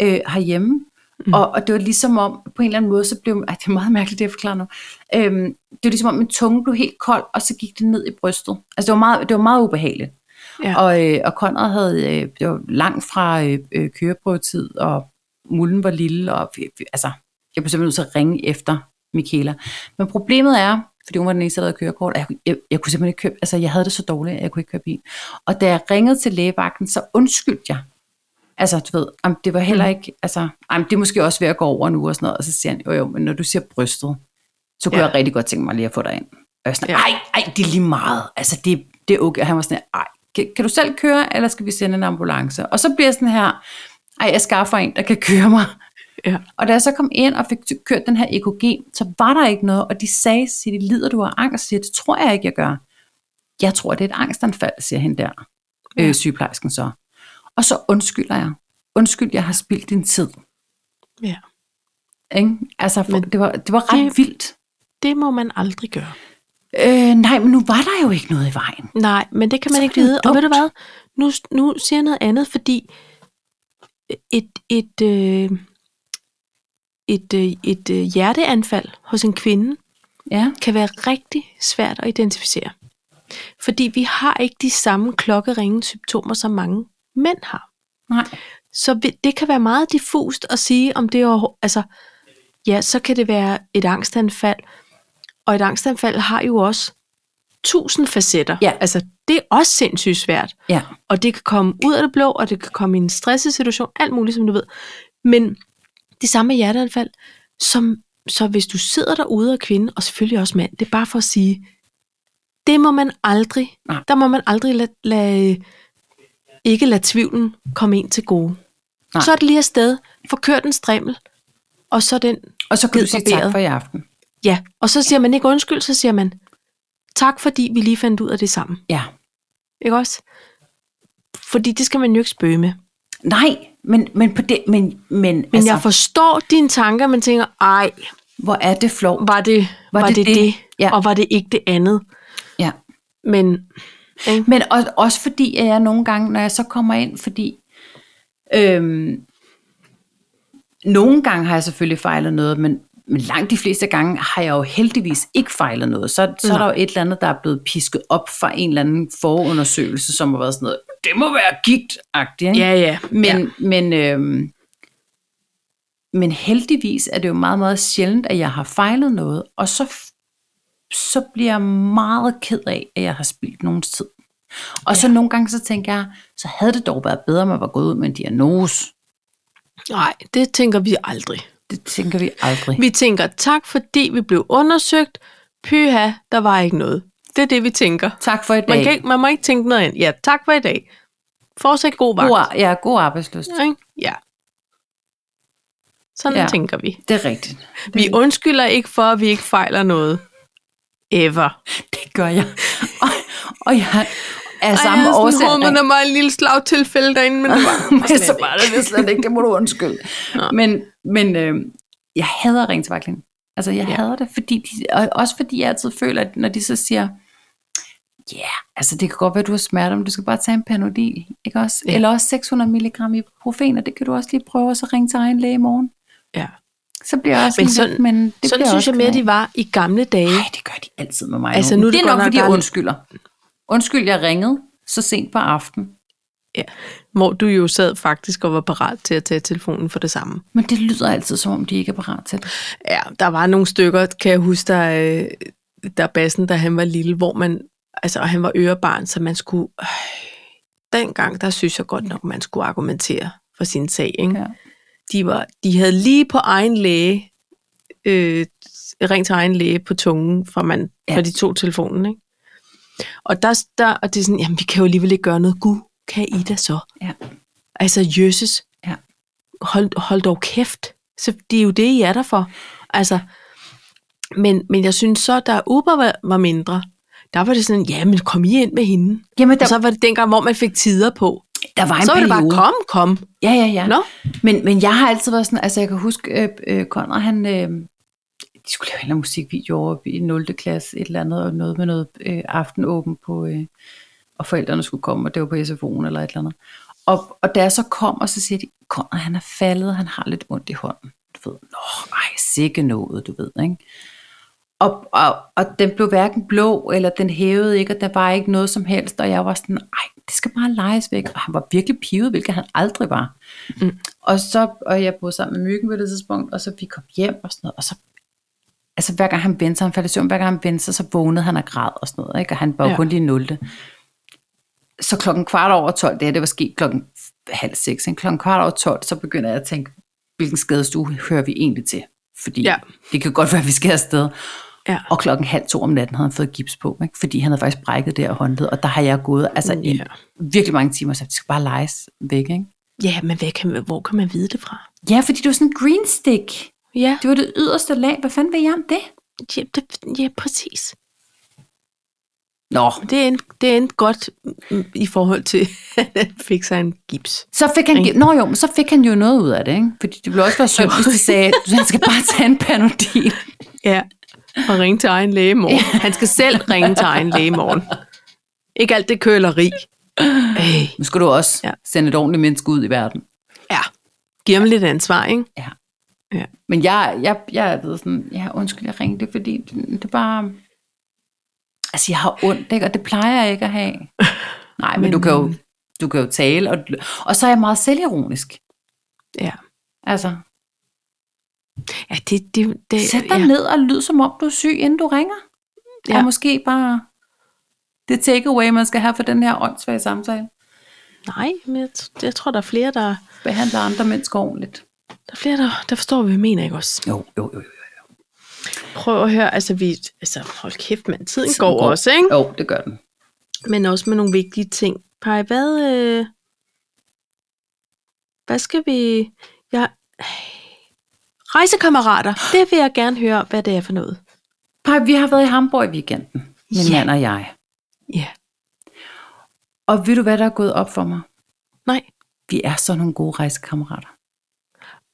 Speaker 1: øh, herhjemme. Mm. Og, og det var ligesom om, på en eller anden måde, så blev... Ej, det er meget mærkeligt, det jeg forklarer nu. Øhm, det var ligesom om, min tunge blev helt kold, og så gik det ned i brystet. Altså, det var meget, det var meget ubehageligt.
Speaker 2: Ja.
Speaker 1: Og, øh, og Konrad havde, øh, det var langt fra øh, øh, køreprøvetid, og mulden var lille, og vi- vi- altså, jeg blev simpelthen nødt til at ringe efter Michaela. Men problemet er, fordi hun var den eneste, der havde kørekort, at jeg, kunne- jeg, jeg kunne simpelthen ikke købe, altså jeg havde det så dårligt, at jeg kunne ikke køre bil. Og da jeg ringede til lægevagten, så undskyldte jeg. Altså, du ved, jamen, det var heller ikke, altså, jamen, det er måske også ved at gå over nu og sådan noget. Og så siger han, jo jo, men når du siger brystet, så kunne
Speaker 2: Ja.
Speaker 1: ja. jeg rigtig godt tænke mig lige at få dig ind. Og jeg var sådan,
Speaker 2: Ja.
Speaker 1: ej, ej, det er lige meget. Altså, det, det er okay. Og han var sådan, ej, kan, kan du selv køre, eller skal vi sende en ambulance? Og så bliver jeg sådan her, ej, jeg skaffer en, der kan køre mig.
Speaker 2: Ja.
Speaker 1: Og da jeg så kom ind og fik ty- kørt den her EKG, så var der ikke noget, og de sagde, siger de, lider du af angst? Så siger jeg, det tror jeg ikke, jeg gør. Jeg tror, det er et angstanfald, siger hende der,
Speaker 2: Ja.
Speaker 1: øh, sygeplejersken så. Og så undskylder jeg. Undskyld, jeg har spildt din tid.
Speaker 2: Ja.
Speaker 1: Ikke? Altså, for,
Speaker 2: Men-
Speaker 1: det, var, det var ret
Speaker 2: Det-
Speaker 1: vildt.
Speaker 2: Det må man aldrig gøre.
Speaker 1: Øh, nej, men nu var der jo ikke noget i vejen.
Speaker 2: Nej, men det kan man
Speaker 1: Så
Speaker 2: ikke
Speaker 1: var det jo
Speaker 2: vide. Og ved du
Speaker 1: dumt.
Speaker 2: hvad? Nu, nu siger jeg noget andet, fordi et, et, øh, et, øh, et øh, hjerteanfald hos en kvinde
Speaker 1: Ja,
Speaker 2: kan være rigtig svært at identificere. Fordi vi har ikke de samme klokkeringe symptomer, som mange mænd har.
Speaker 1: nej.
Speaker 2: Så vi- det kan være meget diffust at sige, om det er, overho- altså, ja, så kan det være et angstanfald. Og et angstanfald har jo også tusind facetter.
Speaker 1: Ja.
Speaker 2: Altså, det er også sindssygt svært.
Speaker 1: Ja,
Speaker 2: Og det kan komme ud af det blå, og det kan komme i en stresset situation, alt muligt, som du ved. Men det samme med hjerteanfald, som, så hvis du sidder derude og er kvinde, og selvfølgelig også mand, det er bare for at sige, det må man aldrig,
Speaker 1: Nej.
Speaker 2: der må man aldrig lade, lade, ikke lade tvivlen komme ind til gode.
Speaker 1: Nej.
Speaker 2: Så er det lige afsted, få kørt en strimmel, og så den,
Speaker 1: og så kan
Speaker 2: Gid
Speaker 1: du sige
Speaker 2: barberet.
Speaker 1: tak for i aften.
Speaker 2: ja, og så siger man ikke undskyld, så siger man, tak fordi vi lige fandt ud af det sammen,
Speaker 1: Ja.
Speaker 2: ikke også? Fordi det skal man jo ikke spøge med.
Speaker 1: Nej, men, men på det, men, men,
Speaker 2: Men altså, jeg forstår dine tanker, men tænker, ej,
Speaker 1: hvor er det flov.
Speaker 2: var det var, var det, det, det?
Speaker 1: Ja.
Speaker 2: og var det ikke det andet?
Speaker 1: Ja.
Speaker 2: Men
Speaker 1: Men også, også fordi, at jeg nogle gange, når jeg så kommer ind, fordi øhm, nogle gange har jeg selvfølgelig fejlet noget, men, men langt de fleste gange har jeg jo heldigvis ikke fejlet noget. Så, så er der jo et eller andet, der er blevet pisket op fra en eller anden forundersøgelse, som har været sådan noget, det må være gigt-agtigt. ikke?
Speaker 2: ja, ja.
Speaker 1: Men,
Speaker 2: ja.
Speaker 1: ja. men, øhm, men heldigvis er det jo meget, meget sjældent, at jeg har fejlet noget, og så, så bliver jeg meget ked af, at jeg har spildt nogens tid. Og ja. så nogle gange, så tænker jeg, så havde det dog været bedre, at man var gået ud med en diagnose.
Speaker 2: Nej, det tænker vi aldrig.
Speaker 1: Det tænker vi aldrig.
Speaker 2: Vi tænker, tak fordi vi blev undersøgt. Pyha, der var ikke noget. Det er det, vi tænker.
Speaker 1: Tak for i
Speaker 2: Man, kan
Speaker 1: dag.
Speaker 2: ikke, man må ikke tænke noget ind. Ja, tak for i dag. Fortsæt god vagt.
Speaker 1: God, ja, god arbejdsløst.
Speaker 2: Ikke? Ja. Sådan
Speaker 1: Ja.
Speaker 2: ja. tænker vi.
Speaker 1: Det er rigtigt.
Speaker 2: Vi undskylder ikke for, at vi ikke fejler noget. Ever.
Speaker 1: Det gør jeg. Og, og jeg er
Speaker 2: Ej, jeg
Speaker 1: samme
Speaker 2: havde
Speaker 1: årsag.
Speaker 2: sådan håbet, der var en lille slagtilfælde derinde, men det var
Speaker 1: men så
Speaker 2: slet
Speaker 1: var det det slet ikke, det må du undskylde.
Speaker 2: Nå.
Speaker 1: men men øh, jeg hader at ringe til vagtlinjen. Altså jeg
Speaker 2: Ja.
Speaker 1: ja. hader det, fordi de, og også fordi jeg altid føler, at når de så siger, ja, yeah, altså det kan godt være, at du har smerter, men du skal bare tage en panodil, ikke også?
Speaker 2: Ja.
Speaker 1: Ja. Eller også 600 mg ibuprofen, og det kan du også lige prøve, og så ringe til egen læge i morgen.
Speaker 2: Ja.
Speaker 1: Så bliver jeg også
Speaker 2: Men
Speaker 1: sådan, lidt,
Speaker 2: sådan-
Speaker 1: men det
Speaker 2: Sådan synes jeg mere, de var i gamle dage.
Speaker 1: Nej, det gør de altid med mig.
Speaker 2: Altså,
Speaker 1: nu.
Speaker 2: nu er
Speaker 1: det
Speaker 2: det
Speaker 1: er
Speaker 2: godt
Speaker 1: nok,
Speaker 2: nok
Speaker 1: fordi jeg
Speaker 2: dejligt.
Speaker 1: undskylder. Undskyld, jeg ringede så sent på aftenen.
Speaker 2: Hvor du jo sad faktisk og var parat til at tage telefonen for det samme.
Speaker 1: Men det lyder altid, som om de ikke er parat til det.
Speaker 2: Ja, der var nogle stykker, kan jeg huske, der, øh, der bassen, da han var lille, hvor man, altså, og han var ørebarn, så man skulle, øh, dengang, der synes jeg godt nok, man skulle argumentere for sin sag, ikke?
Speaker 1: Ja.
Speaker 2: De, var, de havde lige på egen læge, øh, ring til egen læge på tungen, fra, man,
Speaker 1: Ja.
Speaker 2: ja. fra de to telefonen, ikke? Og der, der, og det er sådan, jamen, vi kan jo alligevel ikke gøre noget. Gud, kan I da så?
Speaker 1: Ja.
Speaker 2: Altså, jøsses.
Speaker 1: Ja.
Speaker 2: Hold, hold dog kæft. Så det er jo det, I er der for. Altså, men, men jeg synes så, da Uber var, var mindre, der var det sådan, ja, men kom I ind med hende.
Speaker 1: Jamen, der,
Speaker 2: Og så var det dengang, hvor man fik tider på.
Speaker 1: der var en
Speaker 2: så var det bare,
Speaker 1: periode.
Speaker 2: kom, kom.
Speaker 1: Ja, ja, ja.
Speaker 2: Nå.
Speaker 1: Men, men jeg har altid været sådan, altså jeg kan huske, øh, øh, Conrad, han, øh, de skulle lave en eller anden musikvideo over i 0. klasse, et eller andet, og noget med noget øh, aftenåben på, øh, og forældrene skulle komme, og det var på SFO'en eller et eller andet. Og, og da jeg så kommer, så siger de, Conrad, han er faldet, han har lidt ondt i hånden. Du ved, nå, ej, sikke noget, du ved, ikke? Og, og, og den blev hverken blå, eller den hævede ikke, og der var ikke noget som helst, og jeg var sådan, ej, det skal bare leges væk. Og han var virkelig pivet, hvilket han aldrig var.
Speaker 2: Mm.
Speaker 1: Og så, og jeg boede sammen med myggen på det tidspunkt, og så vi kom hjem og sådan noget, og så, altså hver gang han vendte sig, han faldt i søvn, hver gang han vendte sig, så vågnede han og græd og sådan noget, ikke? og han var jo
Speaker 2: Ja.
Speaker 1: ja. kun lige 0. Så klokken kvart over 12, det her, det var sket klokken halv seks, ikke? klokken kvart over 12, så begynder jeg at tænke, hvilken skadestue hører vi egentlig til? Fordi
Speaker 2: Ja.
Speaker 1: ja. det kan godt være, at vi skal afsted.
Speaker 2: Ja.
Speaker 1: Og klokken halv to om natten havde han fået gips på, ikke? fordi han havde faktisk brækket det her håndled, og der har jeg gået altså,
Speaker 2: Ja.
Speaker 1: i virkelig mange timer, så det skal bare leges væk. Ikke?
Speaker 2: Ja, men hvad kan, hvor kan man vide det fra?
Speaker 1: Ja, fordi det var sådan en green stick.
Speaker 2: Ja,
Speaker 1: Det var det yderste lag. Hvad fanden ved jeg om det?
Speaker 2: ja, det, ja præcis.
Speaker 1: Nå,
Speaker 2: Det endte, det endte godt mm, i forhold til, at han fik sig en gips.
Speaker 1: så fik han, gi- Nå jo, men så fik han jo noget ud af det, ikke? Fordi det ville også være synd, hvis de sagde, at han skal bare tage en panodil.
Speaker 2: Ja, og ringe til egen læge i morgen. Han skal selv ringe til egen læge i morgen. Ikke alt det køleri. Ej,
Speaker 1: Nu skal du også
Speaker 2: Ja.
Speaker 1: ja. sende et ordentligt menneske ud i verden.
Speaker 2: ja. Giv ham lidt ansvar, ikke?
Speaker 1: Men jeg, jeg, jeg er blevet sådan, ja, undskyld, jeg ringte, fordi det, det er bare... Altså, jeg har ondt, ikke? Og det plejer jeg ikke at have. Nej, men,
Speaker 2: Men,
Speaker 1: men du, kan jo, du kan jo tale, og, og så er jeg meget selvironisk.
Speaker 2: Ja.
Speaker 1: Altså,
Speaker 2: Ja, det, det, det,
Speaker 1: sæt dig
Speaker 2: ja.
Speaker 1: ja. ned og lyd, som om du er syg, inden du ringer. Ja.
Speaker 2: Ja.
Speaker 1: Er måske bare det takeaway, man skal have for den her åndssvage samtale.
Speaker 2: Nej, men jeg, t- jeg tror, der er flere, der,
Speaker 1: Behandle andre mennesker ordentligt.
Speaker 2: der, er flere, der, der forstår, hvad vi mener, ikke også?
Speaker 1: Jo, jo, jo. jo.
Speaker 2: Prøv at høre, altså, vi, altså hold kæft, mand, tiden
Speaker 1: Tiden
Speaker 2: går,
Speaker 1: går.
Speaker 2: også, ikke?
Speaker 1: Jo, det gør den.
Speaker 2: Men også med nogle vigtige ting. Paj, hvad, øh, hvad skal vi... Jeg, rejsekammerater, det vil jeg gerne høre, hvad det er for noget.
Speaker 1: Paj, vi har været i Hamburg i weekenden, min
Speaker 2: Ja.
Speaker 1: mand og jeg.
Speaker 2: Ja.
Speaker 1: Og ved du, hvad der er gået op for mig?
Speaker 2: Nej.
Speaker 1: Vi er så nogle gode rejsekammerater.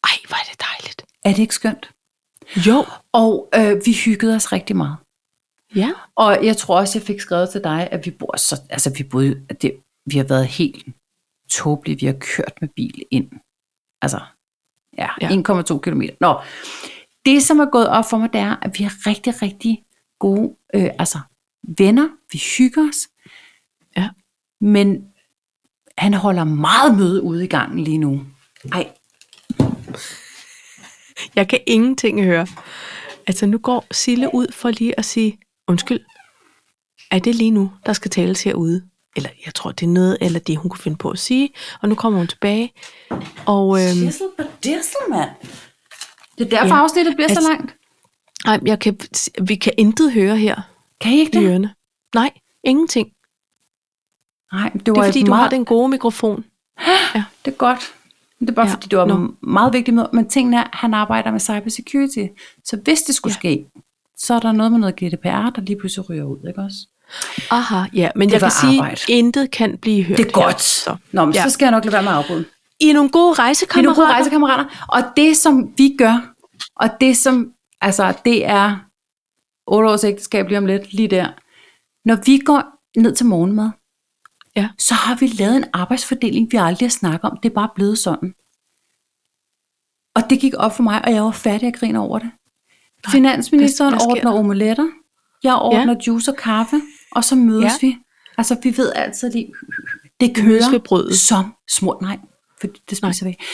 Speaker 2: Ej, hvor er det dejligt.
Speaker 1: Er det ikke skønt?
Speaker 2: Jo.
Speaker 1: Og øh, vi hyggede os rigtig meget.
Speaker 2: Ja.
Speaker 1: Og jeg tror også, jeg fik skrevet til dig, at vi bor så, altså vi boede, at det, vi har været helt tåbelige. Vi har kørt med bil ind. Altså, ja,
Speaker 2: Ja.
Speaker 1: ja. 1,2 kilometer. Nå, det som er gået op for mig, det er, at vi har rigtig, rigtig gode øh, altså, venner. Vi hygger os.
Speaker 2: Ja.
Speaker 1: Men han holder meget møde ude i gangen lige nu. Ej,
Speaker 2: Jeg kan ingenting høre. Altså, nu går Sille ud for lige at sige, undskyld, er det lige nu, der skal tales herude? Eller jeg tror, det er noget, eller det, hun kunne finde på at sige. Og nu kommer hun tilbage. Og øhm,
Speaker 1: Dissel på dissel, mand. Det er derfor ja. afsnittet bliver
Speaker 2: Altså-
Speaker 1: så langt.
Speaker 2: ej, jeg kan, vi kan intet høre her
Speaker 1: Kan I ikke
Speaker 2: i
Speaker 1: det?
Speaker 2: ørene. Nej, ingenting.
Speaker 1: Nej, det,
Speaker 2: Det
Speaker 1: var
Speaker 2: er fordi,
Speaker 1: et
Speaker 2: du har
Speaker 1: meget-
Speaker 2: den gode mikrofon.
Speaker 1: Det er godt. Men Det er bare
Speaker 2: Ja,
Speaker 1: ja. fordi, det var
Speaker 2: nå.
Speaker 1: no. meget vigtigt med, men tingene er, han arbejder med cybersecurity. Så hvis det skulle
Speaker 2: Ja.
Speaker 1: ja. ske, så er der noget med noget GDPR, der lige pludselig ryger ud, ikke også?
Speaker 2: Aha, ja, men
Speaker 1: Det
Speaker 2: jeg
Speaker 1: var
Speaker 2: kan sige,
Speaker 1: arbejde.
Speaker 2: intet kan blive hørt
Speaker 1: Det er
Speaker 2: Her,
Speaker 1: godt.
Speaker 2: så.
Speaker 1: Nå, men
Speaker 2: Ja.
Speaker 1: ja. så skal jeg nok lade være med at afbryde.
Speaker 2: I er nogle gode
Speaker 1: Vi er nogle
Speaker 2: rejsekammerater.
Speaker 1: gode rejsekammerater. Og det, som vi gør, og det som, altså, det er otte års ægteskab lige om lidt, lige der. Når vi går ned til morgenmad,
Speaker 2: Ja.
Speaker 1: så har vi lavet en arbejdsfordeling, vi aldrig har snakket om. Det er bare blevet sådan. Og det gik op for mig, og jeg var færdig at grine over det. Nej, Finansministeren
Speaker 2: hvad-
Speaker 1: det,
Speaker 2: hvad sker
Speaker 1: ordner omeletter, jeg ordner ja. juice og kaffe, og så mødes
Speaker 2: Ja.
Speaker 1: ja. vi. Altså, vi ved altid lige, det
Speaker 2: Mødes ved
Speaker 1: kører
Speaker 2: brødet.
Speaker 1: som smurt. Nej, for det spiser vi ikke.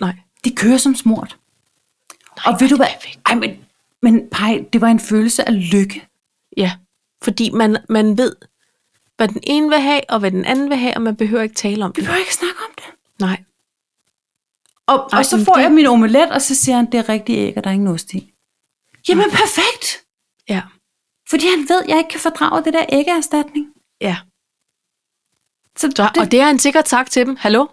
Speaker 2: Nej.
Speaker 1: Det kører som smurt. Nej, og ved du hvad? Ej, men, men pej, det var en følelse af lykke.
Speaker 2: Ja, fordi man, man ved, hvad den ene vil have, og hvad den anden vil have, og man behøver ikke tale om
Speaker 1: Vi
Speaker 2: det.
Speaker 1: behøver ikke snakke om det.
Speaker 2: Nej.
Speaker 1: Og,
Speaker 2: Ej,
Speaker 1: og så
Speaker 2: men
Speaker 1: får
Speaker 2: det-
Speaker 1: jeg min omelet, og så siger han, det er rigtig æg, og der er ingen ost i. Jamen perfekt!
Speaker 2: Ja.
Speaker 1: Fordi han ved, at jeg ikke kan fordrage det der æggeerstatning.
Speaker 2: ja.
Speaker 1: Så
Speaker 2: Så, det, og det er en sikker tak til dem. Hallo?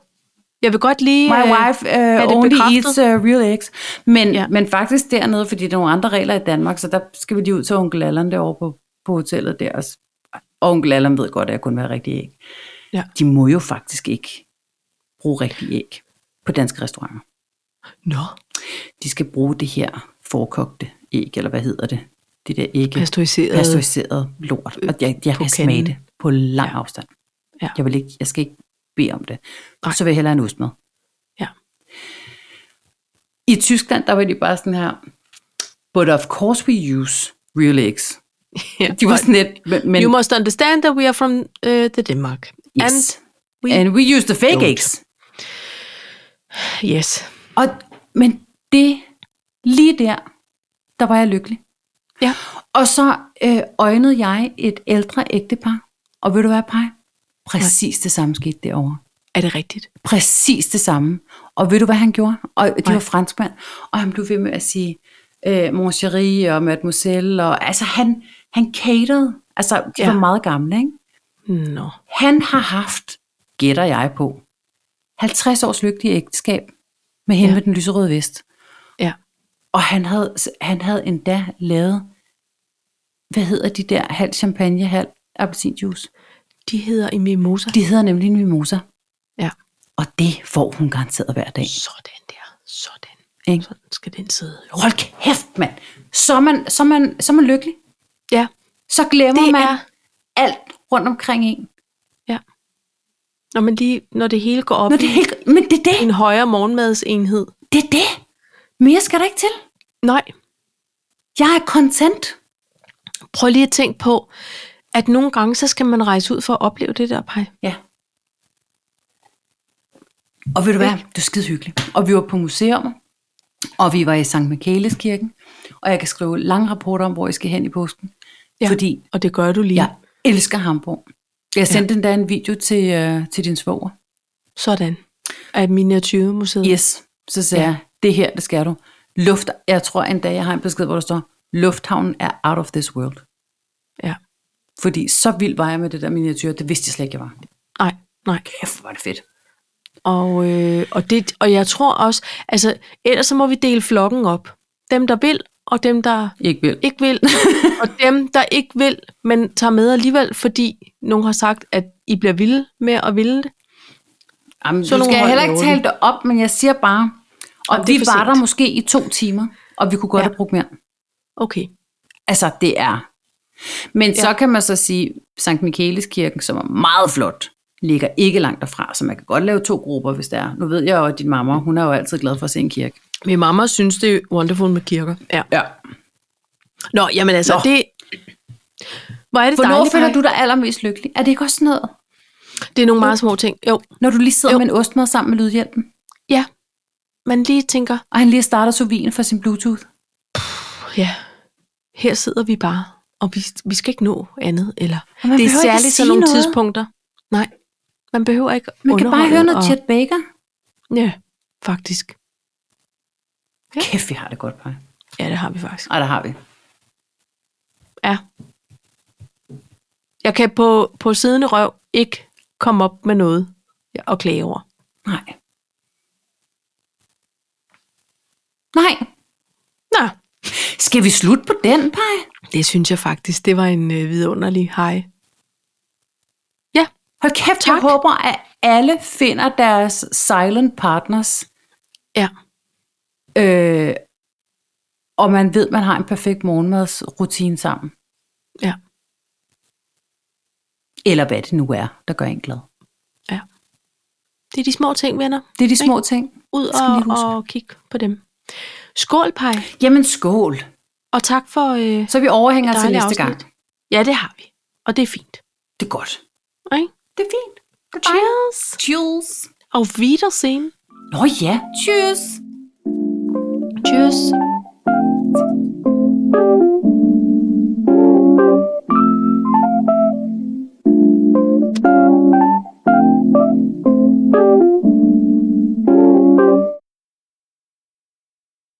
Speaker 2: Jeg vil godt lige...
Speaker 1: My
Speaker 2: øh,
Speaker 1: wife
Speaker 2: det
Speaker 1: uh, only
Speaker 2: bekræftet?
Speaker 1: eats uh, real eggs. Men,
Speaker 2: Ja.
Speaker 1: ja. men faktisk dernede, fordi der er nogle andre regler i Danmark, så der skal vi lige ud til onkel Allan derovre på, på hotellet der. Og s- Og onkel Allan ved godt, at jeg kun vil have rigtig æg.
Speaker 2: Ja.
Speaker 1: De må jo faktisk ikke bruge rigtig æg på danske restauranter.
Speaker 2: Nå,
Speaker 1: De skal bruge det her forkogte æg, eller hvad hedder det? Det der æg,
Speaker 2: pasteuriseret.
Speaker 1: pasteuriseret lort. Og jeg, jeg
Speaker 2: på
Speaker 1: kan smage
Speaker 2: kanden.
Speaker 1: det på lang
Speaker 2: Ja.
Speaker 1: ja. afstand.
Speaker 2: Ja.
Speaker 1: Jeg, vil ikke, jeg skal ikke bede om det.
Speaker 2: Nej.
Speaker 1: Nej. Så vil jeg hellere have en ost med.
Speaker 2: Ja.
Speaker 1: I Tyskland, der var de bare sådan her, but of course we use real eggs.
Speaker 2: Ja,
Speaker 1: De var sådan lidt, men, men
Speaker 2: you must understand that we are from uh, the Denmark.
Speaker 1: yes.
Speaker 2: And we-
Speaker 1: and, and we use the fake
Speaker 2: Don't.
Speaker 1: eggs.
Speaker 2: yes.
Speaker 1: Og, men det, lige der, der var jeg lykkelig.
Speaker 2: Ja.
Speaker 1: Og så øh, øjnede jeg et ældre ægtepar, og ved du hvad, Paj? Præcis det samme skete derovre.
Speaker 2: Er det rigtigt?
Speaker 1: præcis det samme. Og ved du, hvad han gjorde? Og de
Speaker 2: Nej.
Speaker 1: var franskmand, og han blev ved med at sige, øh, Mon Chéri og Mademoiselle, og altså han, han caterede, altså de var
Speaker 2: Ja.
Speaker 1: meget gamle, ikke?
Speaker 2: Nå.
Speaker 1: Han har haft, gætter jeg på, 50 års lykkelig ægteskab med hende
Speaker 2: Ja.
Speaker 1: ja. med den lyserøde vest.
Speaker 2: Ja.
Speaker 1: Og han havde, han havde endda lavet, hvad hedder de der, halv champagne, halv appelsinjuice?
Speaker 2: De hedder en mimosa.
Speaker 1: De hedder nemlig en mimosa.
Speaker 2: Ja.
Speaker 1: Og det får hun garanteret hver dag.
Speaker 2: Sådan der. Sådan.
Speaker 1: Ikke?
Speaker 2: Sådan skal den sidde. Jo.
Speaker 1: Hold kæft, mand. Så er man, så er man, så er man lykkelig.
Speaker 2: Ja.
Speaker 1: Så glemmer
Speaker 2: Det
Speaker 1: man
Speaker 2: er-
Speaker 1: alt rundt omkring en.
Speaker 2: Når, man lige, når det hele går op
Speaker 1: Nå, det er helt, men det er
Speaker 2: i
Speaker 1: det.
Speaker 2: en højere morgenmadsenhed.
Speaker 1: Det er det. Mere skal der ikke til.
Speaker 2: Nej,
Speaker 1: Jeg er content.
Speaker 2: prøv lige at tænke på, at nogle gange, så skal man rejse ud for at opleve det der, Paj.
Speaker 1: Ja. Og ved du hvad? Det var skide hyggeligt. Og vi var på museum, og vi var i St. Michaelis kirken, og jeg kan skrive lange rapporter om, hvor jeg skal hen i påsken.
Speaker 2: Ja.
Speaker 1: Ja. Fordi
Speaker 2: Og det gør du lige.
Speaker 1: jeg elsker Hamburg. Jeg sendte ja. endda en video til, øh, til din svoger.
Speaker 2: Sådan. Af Miniatyremuseet.
Speaker 1: Yes. Så sagde
Speaker 2: Ja.
Speaker 1: ja. jeg, det her, det skal du. Luft, jeg tror endda, jeg har en besked, hvor der står, lufthavnen er out of this world.
Speaker 2: Ja.
Speaker 1: Fordi så vild var jeg med det der miniatyr, det vidste jeg slet ikke, jeg var.
Speaker 2: Nej, nej.
Speaker 1: Kæft, hvor var det fedt.
Speaker 2: Og, øh, og, det, og jeg tror også, altså, ellers så må vi dele flokken op. Dem, der vil, og dem, der
Speaker 1: Ikke vildt.
Speaker 2: ikke vil, og dem, der ikke vil, men tager med alligevel, fordi nogen har sagt, at I bliver vilde med at ville det.
Speaker 1: Jamen,
Speaker 2: Så
Speaker 1: så du
Speaker 2: nogle
Speaker 1: skal
Speaker 2: hold
Speaker 1: heller ikke
Speaker 2: laver
Speaker 1: tale det op, men jeg siger bare, og
Speaker 2: Jamen, det er
Speaker 1: vi
Speaker 2: for
Speaker 1: var
Speaker 2: sent.
Speaker 1: der måske i to timer, og vi kunne godt
Speaker 2: Ja.
Speaker 1: ja. have brugt mere.
Speaker 2: Okay.
Speaker 1: Altså, det er. Men ja. så kan man så sige, Sankt Michaelis kirken, som er meget flot, ligger ikke langt derfra, så man kan godt lave to grupper, hvis det er. Nu ved jeg jo, at din mamma, hun er jo altid glad for at se en kirke.
Speaker 2: Min mamma synes, det er wonderful med kirker. Ja.
Speaker 1: Ja.
Speaker 2: Nå, jamen altså, Nå.
Speaker 1: Nå.
Speaker 2: det... Hvor er det
Speaker 1: Hvornår
Speaker 2: dejligt,
Speaker 1: føler
Speaker 2: Paj.
Speaker 1: du dig allermest lykkelig? Er det ikke også sådan noget,
Speaker 2: Det er nogle meget små ting. Jo,
Speaker 1: når du lige sidder
Speaker 2: Jo.
Speaker 1: jo. med en ostmad sammen med lydhjælpen,
Speaker 2: ja. Man lige tænker,
Speaker 1: og han lige starter sovien for sin bluetooth?
Speaker 2: "Puh, ja, her sidder vi bare, og vi, vi skal ikke nå andet. Eller
Speaker 1: Og man
Speaker 2: det er
Speaker 1: behøver ikke
Speaker 2: særligt
Speaker 1: at
Speaker 2: sådan
Speaker 1: sige
Speaker 2: nogle
Speaker 1: noget.
Speaker 2: tidspunkter. Nej, man behøver ikke
Speaker 1: Man kan bare
Speaker 2: underholde
Speaker 1: høre noget
Speaker 2: og-
Speaker 1: Chet Baker.
Speaker 2: Ja, faktisk. Ja.
Speaker 1: Kæft, vi har det godt, bare.
Speaker 2: Ja, det har vi faktisk.
Speaker 1: Ej, der har vi.
Speaker 2: Ja. Jeg kan på, på siden røv ikke komme op med noget og klage over.
Speaker 1: Nej. Nej.
Speaker 2: Nå,
Speaker 1: Skal vi slutte på den, Paj?
Speaker 2: det synes jeg faktisk, det var en øh, vidunderlig hej. Ja,
Speaker 1: Hold kæft, tak.
Speaker 2: Tak.
Speaker 1: jeg håber, at alle finder deres silent partners,
Speaker 2: ja,
Speaker 1: øh, og man ved, man har en perfekt morgenmadsrutine sammen.
Speaker 2: ja,
Speaker 1: Eller hvad det nu er, der gør en glad.
Speaker 2: ja. Det er de små ting, venner.
Speaker 1: Det er de små ting.
Speaker 2: Ud
Speaker 1: Skal lige huske.
Speaker 2: og, og kig på dem. Skål, Paj,
Speaker 1: Jamen skål.
Speaker 2: og tak for... Øh,
Speaker 1: Så vi overhænger til
Speaker 2: dejligt
Speaker 1: næste gang.
Speaker 2: afsnit. ja, det har vi, og det er fint.
Speaker 1: Det er godt.
Speaker 2: Ikke?
Speaker 1: Det er fint. Det er dejligt.
Speaker 2: Cheers!
Speaker 1: Cheers.
Speaker 2: Auf Wiedersehen.
Speaker 1: Nå ja, cheers.
Speaker 2: Cheers.